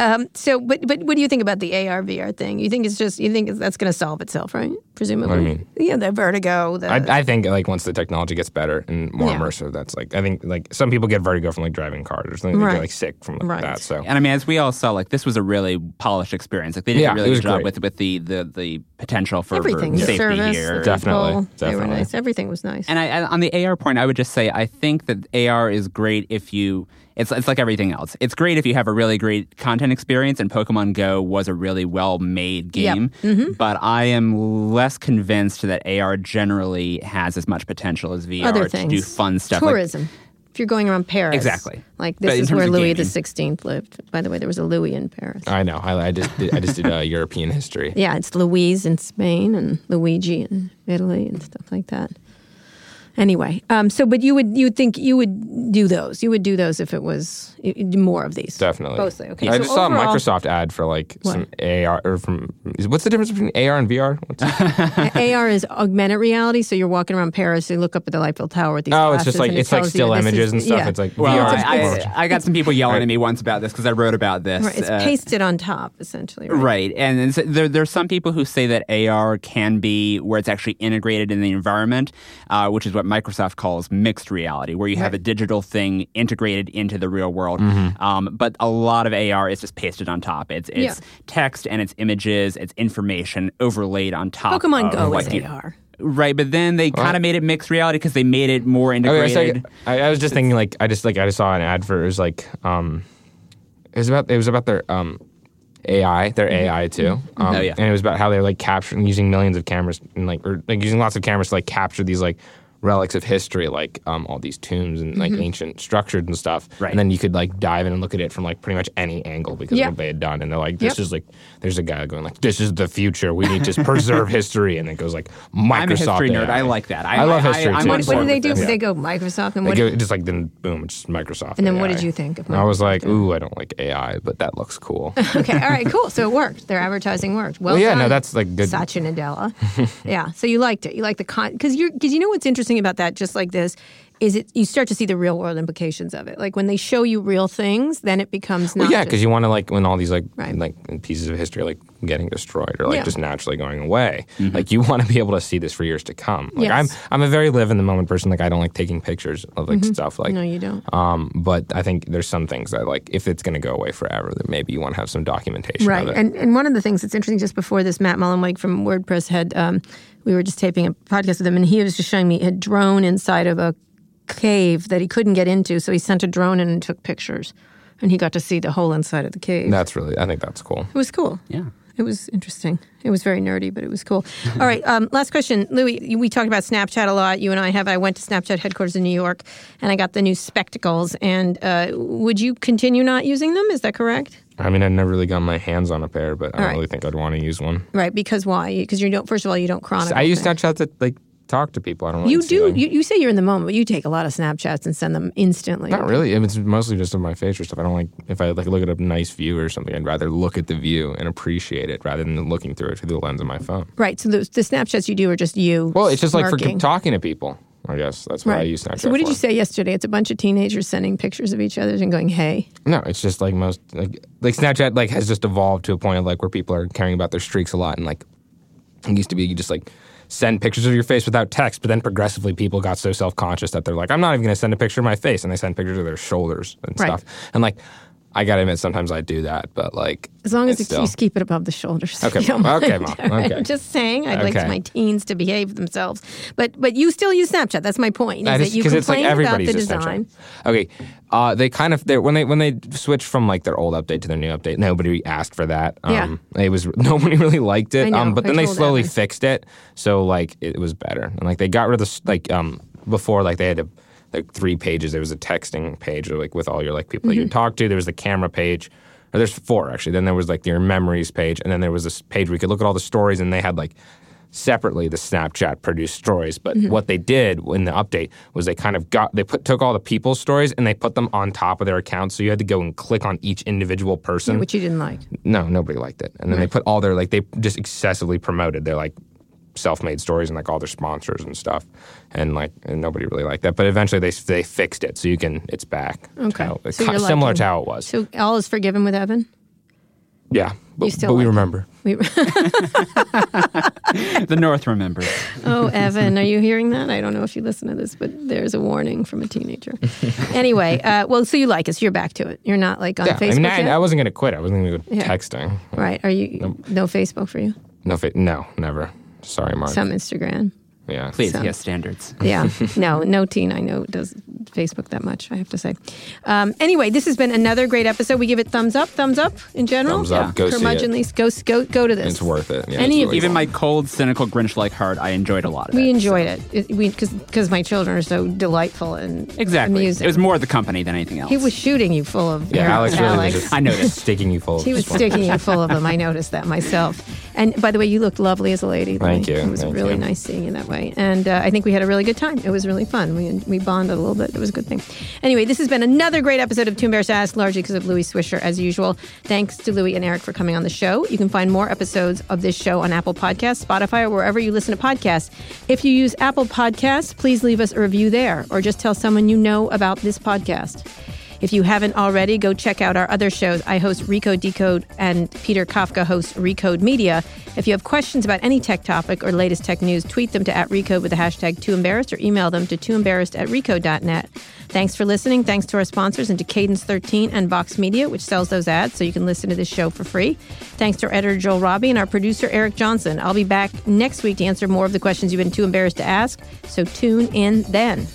Speaker 1: um, so, but but what do you think about the AR VR thing? You think it's just you think that's going to solve itself, right? Presumably.
Speaker 2: What do you mean?
Speaker 1: Yeah, the vertigo. The,
Speaker 2: I, I think like once the technology gets better and more
Speaker 1: Yeah.
Speaker 2: immersive, that's like I think like some people get vertigo from like driving cars or something. They
Speaker 1: Right.
Speaker 2: get like sick from like,
Speaker 1: Right.
Speaker 2: that. So
Speaker 3: And I mean, as we all saw, like this was a really polished experience. Like they did
Speaker 2: Yeah,
Speaker 3: a
Speaker 2: it
Speaker 3: really
Speaker 2: was
Speaker 3: good job
Speaker 2: great.
Speaker 3: with with the the, the potential for, for
Speaker 1: everything, the
Speaker 3: safety
Speaker 1: service, the
Speaker 3: here.
Speaker 1: people,
Speaker 2: Definitely,
Speaker 1: They were
Speaker 2: definitely.
Speaker 1: nice. Everything was nice.
Speaker 3: And I, I, on the AR point, I would just say I think that AR is great if you. It's it's like everything else. It's great if you have a really great content experience, and Pokemon Go was a really well made
Speaker 1: Yep. Mm-hmm.
Speaker 3: game. But I am less convinced that AR generally has as much potential as VR
Speaker 1: Other
Speaker 3: to
Speaker 1: things,
Speaker 3: do fun stuff. like-
Speaker 1: tourism. if you're going around Paris,
Speaker 3: Exactly.
Speaker 1: Like
Speaker 3: But
Speaker 1: this
Speaker 3: in
Speaker 1: is
Speaker 3: terms
Speaker 1: where
Speaker 3: of
Speaker 1: Louis
Speaker 3: gaming.
Speaker 1: the Sixteenth lived. By the way, there was a Louis in Paris.
Speaker 2: I know I, I just did, I just did uh, European history.
Speaker 1: Yeah, it's Louise in Spain and Luigi in Italy and stuff like that. Anyway, um, so but you would you would think you would do those? You would do those if it was i- i- more of these.
Speaker 2: Definitely.
Speaker 1: Mostly, okay.
Speaker 2: I
Speaker 1: So
Speaker 2: just saw
Speaker 1: overall-
Speaker 2: a Microsoft ad for like some AR or from. Is, what's the difference between AR and VR? What's,
Speaker 1: A- AR is augmented reality, so you're walking around Paris and you look up at the Eiffel Tower with these.
Speaker 2: Oh,
Speaker 1: glasses,
Speaker 2: it's just like-
Speaker 1: and it
Speaker 2: it's like
Speaker 1: tells you
Speaker 2: still
Speaker 1: this is-
Speaker 2: images and stuff.
Speaker 1: yeah.
Speaker 2: It's like
Speaker 3: Well,
Speaker 2: VR
Speaker 3: I,
Speaker 2: experience.
Speaker 3: I, I got some people yelling at me once about this because I wrote about this.
Speaker 1: Right, it's
Speaker 3: uh,
Speaker 1: pasted on top essentially. Right.
Speaker 3: Right, and it's, there there are some people who say that AR can be where it's actually integrated in the environment, uh, which is what Microsoft calls mixed reality, where you have a digital thing integrated into the real world. Um, but a lot of AR is just pasted on top. It's it's
Speaker 1: Mm-hmm. Yeah.
Speaker 3: text and it's images, it's information overlaid on top.
Speaker 1: Pokemon
Speaker 3: of
Speaker 1: Go
Speaker 3: what
Speaker 1: is
Speaker 3: you-
Speaker 1: AR.
Speaker 3: Right, but then they kind of made it mixed reality because they made it more
Speaker 2: Okay,
Speaker 3: integrated.
Speaker 2: so I, I was just thinking like I just like I just saw an ad for it was like um it was about it was about their um AI their AI too um,
Speaker 3: Oh, yeah.
Speaker 2: and it was about how they're like capturing using millions of cameras and like or like using lots of cameras to like capture these like relics of history like um all these tombs and like ancient structures and stuff
Speaker 3: Mm-hmm. Right.
Speaker 2: and then you could like dive in and look at it from like pretty much any angle because
Speaker 1: Yeah.
Speaker 2: of what they had done and they're like this
Speaker 1: Yep.
Speaker 2: is like there's a guy going like this is the future we need to preserve history and it goes like Microsoft
Speaker 3: I'm a history nerd.
Speaker 2: AI.
Speaker 3: I like that. I,
Speaker 2: I love
Speaker 3: I-
Speaker 2: history,
Speaker 3: I'm
Speaker 2: too.
Speaker 3: on
Speaker 1: What,
Speaker 2: It's
Speaker 1: what
Speaker 2: like
Speaker 1: did
Speaker 3: board
Speaker 1: they
Speaker 3: with
Speaker 1: do?
Speaker 3: this.
Speaker 1: Did they go Microsoft and
Speaker 2: Like
Speaker 1: what?
Speaker 2: it, just like then boom, it's just Microsoft.
Speaker 1: And then what
Speaker 2: AI.
Speaker 1: did you think of
Speaker 2: And I was like,
Speaker 1: Microsoft?
Speaker 2: ooh, I don't like AI, but that looks cool.
Speaker 1: okay, all right, cool. So it worked. Their advertising worked. Well,
Speaker 2: Well, yeah,
Speaker 1: done,
Speaker 2: no, that's, like, good.
Speaker 1: Satya Nadella. yeah, so you liked it. You like the con because you because you know what's interesting about that, just like this, is it you start to see the real world implications of it. Like when they show you real things, then it becomes not
Speaker 2: Well, yeah,
Speaker 1: just-
Speaker 2: because you want to like when all these like
Speaker 1: Right.
Speaker 2: like pieces of history are, like getting destroyed or like
Speaker 1: Yeah.
Speaker 2: just naturally going away. Like you want to be able to see this for years to come. Like I'm
Speaker 1: Yes. Mm-hmm.
Speaker 2: I'm a very live in the moment person. Like I don't like taking pictures of like stuff. Like
Speaker 1: no, you don't.
Speaker 2: um, but I think there's some things that like if it's gonna go away forever, then maybe you want to have some documentation
Speaker 1: Right.
Speaker 2: of it.
Speaker 1: And and one of the things that's interesting, just before this, Matt Mullenweg from WordPress had, um, we were just taping a podcast with him, and he was just showing me a drone inside of a cave that he couldn't get into, so he sent a drone in and took pictures, and he got to see the whole inside of the cave.
Speaker 2: that's really I think that's cool.
Speaker 1: It was cool.
Speaker 3: Yeah.
Speaker 1: It was interesting. It was very nerdy, but it was cool. All right, um, last question, Louis. you- We talked about Snapchat a lot. You and I have. I went to Snapchat headquarters in New York, and I got the new spectacles. And uh, would you continue not using them? Is that correct?
Speaker 2: I mean, I've never really gotten my hands on a pair, but I don't
Speaker 1: right.
Speaker 2: really think I'd want to use one.
Speaker 1: Right? Because why? Because you don't. First of all, you don't chronicle.
Speaker 2: I use
Speaker 1: things.
Speaker 2: Snapchat to like talk to people. I don't. Really
Speaker 1: You
Speaker 2: see,
Speaker 1: do.
Speaker 2: like-
Speaker 1: You, you say you're in the moment, but you take a lot of Snapchats and send them instantly.
Speaker 2: Not really. I mean, It's mostly just of my facial stuff. I don't like if I like look at a nice view or something. I'd rather look at the view and appreciate it rather than looking through it through the lens of my phone.
Speaker 1: Right. So the, the Snapchats you do are just you.
Speaker 2: Well, it's just like for
Speaker 1: smirking.
Speaker 2: talking to people. I guess that's what I use Snapchat.
Speaker 1: So what did
Speaker 2: for.
Speaker 1: you say yesterday? It's a bunch of teenagers sending pictures of each other and going, "Hey."
Speaker 2: No, it's just like most like like Snapchat like has just evolved to a point of like where people are caring about their streaks a lot and like it used to be you just like send pictures of your face without text, but then progressively people got so self conscious that they're like, I'm not even gonna send a picture of my face and they send pictures of their shoulders and
Speaker 1: Right.
Speaker 2: stuff. And like I gotta admit sometimes I do that, but like
Speaker 1: As long as
Speaker 2: it's
Speaker 1: you
Speaker 2: still-
Speaker 1: just keep it above the shoulders. if
Speaker 2: Okay,
Speaker 1: you don't
Speaker 2: Mom. Okay,
Speaker 1: mind.
Speaker 2: Mom. Okay.
Speaker 1: I'm just saying, I'd like
Speaker 2: Okay.
Speaker 1: my teens to behave themselves, but but you still use Snapchat. That's my point.
Speaker 2: That
Speaker 1: is
Speaker 2: is-
Speaker 1: that you
Speaker 2: 'cause it's like
Speaker 1: complain about
Speaker 2: everybody's
Speaker 1: the
Speaker 2: a Snapchat. Mm-hmm.
Speaker 1: design?
Speaker 2: Okay, uh, they kind of they when they when they switched from like their old update to their new update, nobody asked for that. Um, it was nobody really liked it.
Speaker 1: I know,
Speaker 2: um, but
Speaker 1: I
Speaker 2: then they
Speaker 1: told
Speaker 2: slowly
Speaker 1: Evan.
Speaker 2: fixed it, so like it was better. And like they got rid of the s- like um before like they had to. Like three pages. There was a texting page, like with all your like people that you talked to. There was the camera page, or there's four actually. Then there was like your memories page, and then there was this page where you could look at all the stories, and they had like separately the Snapchat produced stories. But what they did in the update was they kind of got they put took all the people's stories and they put them on top of their accounts. So you had to go and click on each individual person.
Speaker 1: Which you didn't like.
Speaker 2: no, nobody liked it. And then they put all their like they just excessively promoted their like self-made stories and like all their sponsors and stuff. And like and nobody really liked that. But eventually they they fixed it so you can it's back. to
Speaker 1: Okay.
Speaker 2: how- it's
Speaker 1: So
Speaker 2: ki-
Speaker 1: you're
Speaker 2: similar
Speaker 1: liking-
Speaker 2: to how it was.
Speaker 1: So all is forgiven with Evan.
Speaker 2: yeah. But,
Speaker 1: still
Speaker 2: but
Speaker 1: like it.
Speaker 2: we remember.
Speaker 1: We,
Speaker 3: the North remembers.
Speaker 1: oh, Evan, are you hearing that? I don't know if you listen to this, but there's a warning from a teenager. anyway, uh, well, so you like us. You're back to it. You're not like on
Speaker 2: Yeah.
Speaker 1: Facebook
Speaker 2: I mean I,
Speaker 1: yet?
Speaker 2: I wasn't gonna quit. I wasn't gonna go
Speaker 1: Yeah.
Speaker 2: texting.
Speaker 1: right? Are you no Facebook for you?
Speaker 2: No, fa- no, never. Sorry, Mark.
Speaker 1: Some Instagram.
Speaker 2: yeah.
Speaker 3: Please,
Speaker 1: So-
Speaker 3: yes, standards.
Speaker 1: yeah. No, no teen I know does Facebook that much, I have to say. Um, anyway, this has been another great episode. We give it thumbs up, thumbs up in general.
Speaker 2: Thumbs up. Go see it.
Speaker 1: Curmudgeonly. Go, go, go to this.
Speaker 2: It's worth it. Yeah,
Speaker 1: Any
Speaker 2: it's
Speaker 1: of you-
Speaker 2: really
Speaker 3: Even my cold, cynical, Grinch-like heart, I enjoyed a lot of it.
Speaker 1: We enjoyed it. it we, because my children are so delightful and
Speaker 3: exactly.
Speaker 1: amusing.
Speaker 3: It was more the company than anything else.
Speaker 1: he was shooting you full of
Speaker 2: Yeah, Alex really
Speaker 1: Alex.
Speaker 2: was just
Speaker 3: I noticed.
Speaker 2: sticking you full. of
Speaker 1: He was
Speaker 2: response.
Speaker 1: sticking you full of them. I noticed that myself. And by the way, you looked lovely as a lady.
Speaker 2: Thank you,
Speaker 1: It was
Speaker 2: thank
Speaker 1: really
Speaker 2: you.
Speaker 1: nice seeing you that way. And uh, I think we had a really good time. It was really fun. We, we bonded a little bit. It was a good thing. Anyway, this has been another great episode of Two Bears Ask, largely because of Louis Swisher, as usual. Thanks to Louis and Eric for coming on the show. You can find more episodes of this show on Apple Podcasts, Spotify, or wherever you listen to podcasts. If you use Apple Podcasts, please leave us a review there or just tell someone you know about this podcast. If you haven't already, go check out our other shows. I host Recode Decode and Peter Kafka hosts Recode Media. If you have questions about any tech topic or latest tech news, tweet them to at Recode with the hashtag TooEmbarrassed or email them to tooembarrassed at recode.net. Thanks for listening. Thanks to our sponsors and to Cadence 13 and Vox Media, which sells those ads so you can listen to this show for free. Thanks to our editor Joel Robbie and our producer Eric Johnson. I'll be back next week to answer more of the questions you've been too embarrassed to ask, so tune in then.